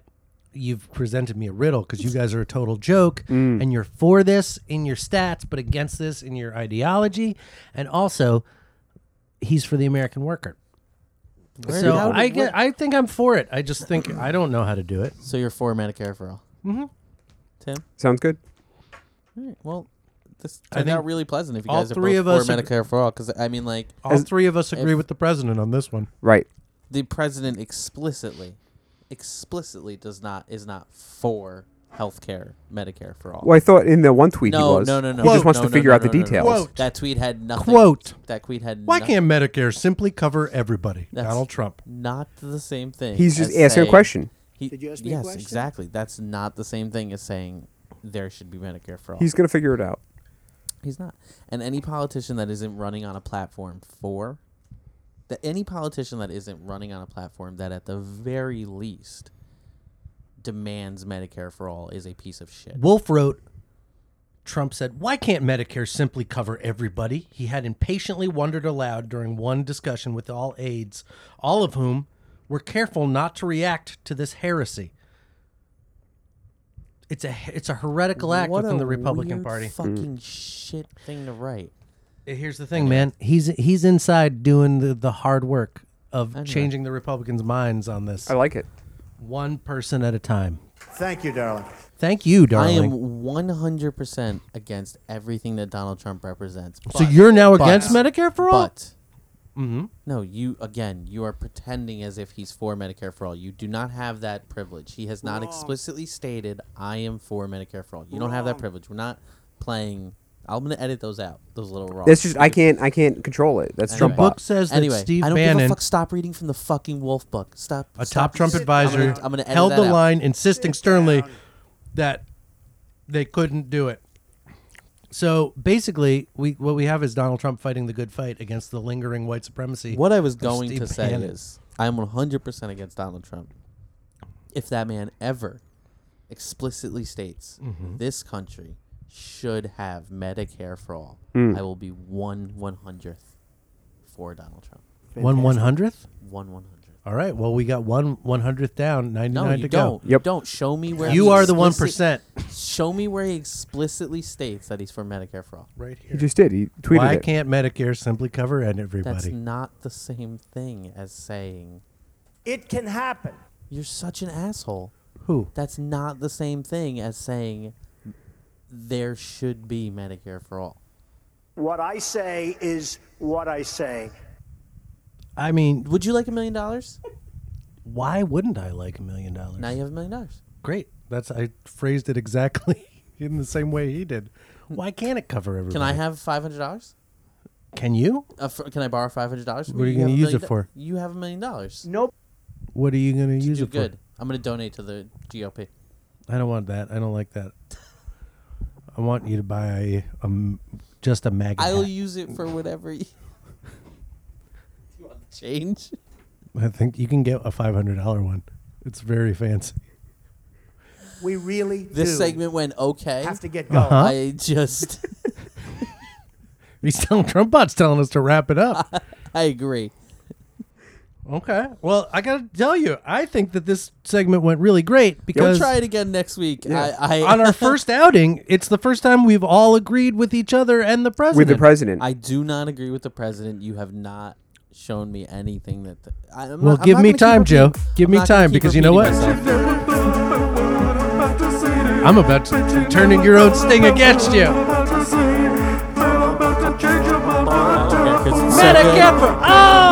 Speaker 3: you've presented me a riddle because you guys are a total joke and you're for this in your stats, but against this in your ideology. And also, he's for the American worker.
Speaker 4: Where-
Speaker 3: so
Speaker 4: how did-
Speaker 3: I,
Speaker 4: what-
Speaker 3: get, I think I'm for it. I just think I don't know how to do it.
Speaker 4: So you're for Medicare for all. Mm-hmm. Tim.
Speaker 2: Sounds good.
Speaker 4: All right. Well, this
Speaker 3: I
Speaker 4: turned out
Speaker 3: think
Speaker 4: really pleasant. If you
Speaker 3: all
Speaker 4: guys are
Speaker 3: three
Speaker 4: both
Speaker 3: of us
Speaker 4: for
Speaker 3: ag-
Speaker 4: Medicare for all, because I mean, like
Speaker 3: All three of us agree
Speaker 4: if-
Speaker 3: with the president on this one.
Speaker 2: Right.
Speaker 4: the president explicitly, explicitly does not is not for healthcare Medicare for all.
Speaker 2: Well, I thought in the one tweet
Speaker 4: No,
Speaker 2: he was.
Speaker 4: no, no, no.
Speaker 2: He just
Speaker 4: Quote.
Speaker 2: wants
Speaker 4: No,
Speaker 2: to
Speaker 4: no,
Speaker 2: figure
Speaker 4: no,
Speaker 2: out the
Speaker 4: no, no, no.
Speaker 2: details.
Speaker 3: Quote.
Speaker 4: That tweet had nothing.
Speaker 3: Quote.
Speaker 4: That tweet had.
Speaker 3: Why
Speaker 4: no-
Speaker 3: can't Medicare simply cover everybody?
Speaker 4: That's-
Speaker 3: Donald Trump.
Speaker 4: Not the same thing.
Speaker 2: He's just
Speaker 4: as
Speaker 2: asking a
Speaker 4: saying-
Speaker 2: question.
Speaker 4: He,
Speaker 1: Did you ask me a
Speaker 4: yes,
Speaker 1: question?
Speaker 4: exactly. That's not the same thing as saying there should be Medicare for all.
Speaker 2: He's gonna figure it out.
Speaker 4: He's not. And any politician that isn't running on a platform for that any politician that isn't running on a platform that at the very least demands Medicare for all is a piece of shit.
Speaker 3: Wolf wrote, Trump said, Why can't Medicare simply cover everybody? He had impatiently wondered aloud during one discussion with all aides, all of whom were careful not to react to this heresy. It's a it's a heretical act
Speaker 4: What
Speaker 3: within
Speaker 4: a
Speaker 3: the Republican
Speaker 4: weird
Speaker 3: Party.
Speaker 4: Fucking shit thing to write.
Speaker 3: Here's the thing, man. He's he's inside doing the, the hard work of changing the Republicans' minds on this,
Speaker 2: I like it.
Speaker 3: one person at a time.
Speaker 6: Thank you, darling.
Speaker 3: Thank you,
Speaker 4: I
Speaker 3: darling.
Speaker 4: am 100% against everything that Donald Trump represents.
Speaker 3: so
Speaker 4: but-
Speaker 3: you're now
Speaker 4: but-
Speaker 3: against Medicare for all?
Speaker 4: But no, you again, you are pretending as if he's for Medicare for all. You do not have that privilege. He has not explicitly stated, "I am for Medicare for all." You don't have that privilege. We're not playing. I'm gonna edit those out. Those little raw.
Speaker 2: That's just I can't I can't control it. That's
Speaker 4: Anyway.
Speaker 2: Trump
Speaker 4: The
Speaker 2: bot.
Speaker 3: book says that
Speaker 4: Anyway,
Speaker 3: Steve
Speaker 4: I don't give a
Speaker 3: Bannon,
Speaker 4: fuck. Stop reading from the fucking Wolf Book. Stop.
Speaker 3: a
Speaker 4: stop.
Speaker 3: top Trump
Speaker 4: I'm
Speaker 3: advisor,
Speaker 4: gonna- I'm gonna edit
Speaker 3: held
Speaker 4: that
Speaker 3: the
Speaker 4: out.
Speaker 3: line, insisting sternly that they couldn't do it. So basically, we what we have is Donald Trump fighting the good fight against the lingering white supremacy.
Speaker 4: What I was
Speaker 3: of
Speaker 4: going
Speaker 3: Steve
Speaker 4: to say
Speaker 3: Bannon.
Speaker 4: is, I'm 100% against Donald Trump. If that man ever explicitly states
Speaker 3: Mm-hmm.
Speaker 4: this country should have Medicare for all, I will be one one hundredth for Donald Trump.
Speaker 3: one one hundredth.
Speaker 4: One one hundredth.
Speaker 3: All right. Well, we got one one hundredth down, ninety
Speaker 4: No,
Speaker 3: nine
Speaker 4: you
Speaker 3: to
Speaker 4: don't.
Speaker 3: go.
Speaker 4: You
Speaker 2: Yep.
Speaker 4: don't. Show me where
Speaker 3: You
Speaker 4: he
Speaker 3: are the one
Speaker 4: explicit-
Speaker 3: percent.
Speaker 4: Show me where he explicitly states that he's for Medicare for all.
Speaker 3: Right here.
Speaker 2: He just did. He tweeted
Speaker 3: Why
Speaker 2: it.
Speaker 3: can't Medicare simply cover
Speaker 4: That's
Speaker 3: everybody?
Speaker 4: not the same thing as saying
Speaker 1: It can happen.
Speaker 4: you're such an asshole.
Speaker 3: Who?
Speaker 4: that's not the same thing as saying there should be Medicare for all.
Speaker 1: What I say is what I say.
Speaker 3: I mean,
Speaker 4: Would you like a million dollars?
Speaker 3: why wouldn't I like a million dollars?
Speaker 4: Now you have a million dollars.
Speaker 3: Great. That's I phrased it exactly in the same way he did. Why can't it cover everybody?
Speaker 4: Can I have five hundred dollars?
Speaker 3: Can you?
Speaker 4: Can I borrow five hundred dollars?
Speaker 3: What are you gonna use it for?
Speaker 4: You have a million dollars.
Speaker 1: Nope.
Speaker 3: What are you going to use
Speaker 4: Do
Speaker 3: it
Speaker 4: good. I'm gonna donate to the GOP.
Speaker 3: for? I don't want that. I don't like that. I want you to buy a um, just a MAGA.
Speaker 4: I
Speaker 3: hat.
Speaker 4: will use it for whatever. You, you want to change?
Speaker 3: I think you can get a five hundred dollar one. It's very fancy.
Speaker 1: We really
Speaker 4: This
Speaker 1: do
Speaker 4: segment went okay.
Speaker 1: have to get going.
Speaker 4: I just,
Speaker 3: He's telling Trump bot's telling us to wrap it up.
Speaker 4: I agree.
Speaker 3: okay. Well, I gotta tell you, I think that this segment went really great
Speaker 4: We'll
Speaker 3: because
Speaker 4: try it again next week. I, I,
Speaker 3: on our first outing, it's the first time we've all agreed with each other and the president.
Speaker 2: with the president.
Speaker 4: I do not agree with the president. You have not shown me anything that. The, I, I'm
Speaker 3: Well,
Speaker 4: not- I'm
Speaker 3: give
Speaker 4: not
Speaker 3: me
Speaker 4: gonna keep
Speaker 3: time, Joe.
Speaker 4: repeating-
Speaker 3: Give
Speaker 4: I'm
Speaker 3: me
Speaker 4: not gonna
Speaker 3: time,
Speaker 4: keep
Speaker 3: because you know
Speaker 4: repeating
Speaker 3: what?
Speaker 4: myself.
Speaker 3: I'm about to turn in your own sting against you.
Speaker 4: Okay, 'cause it's so good.
Speaker 3: Medicare for all!
Speaker 5: Oh.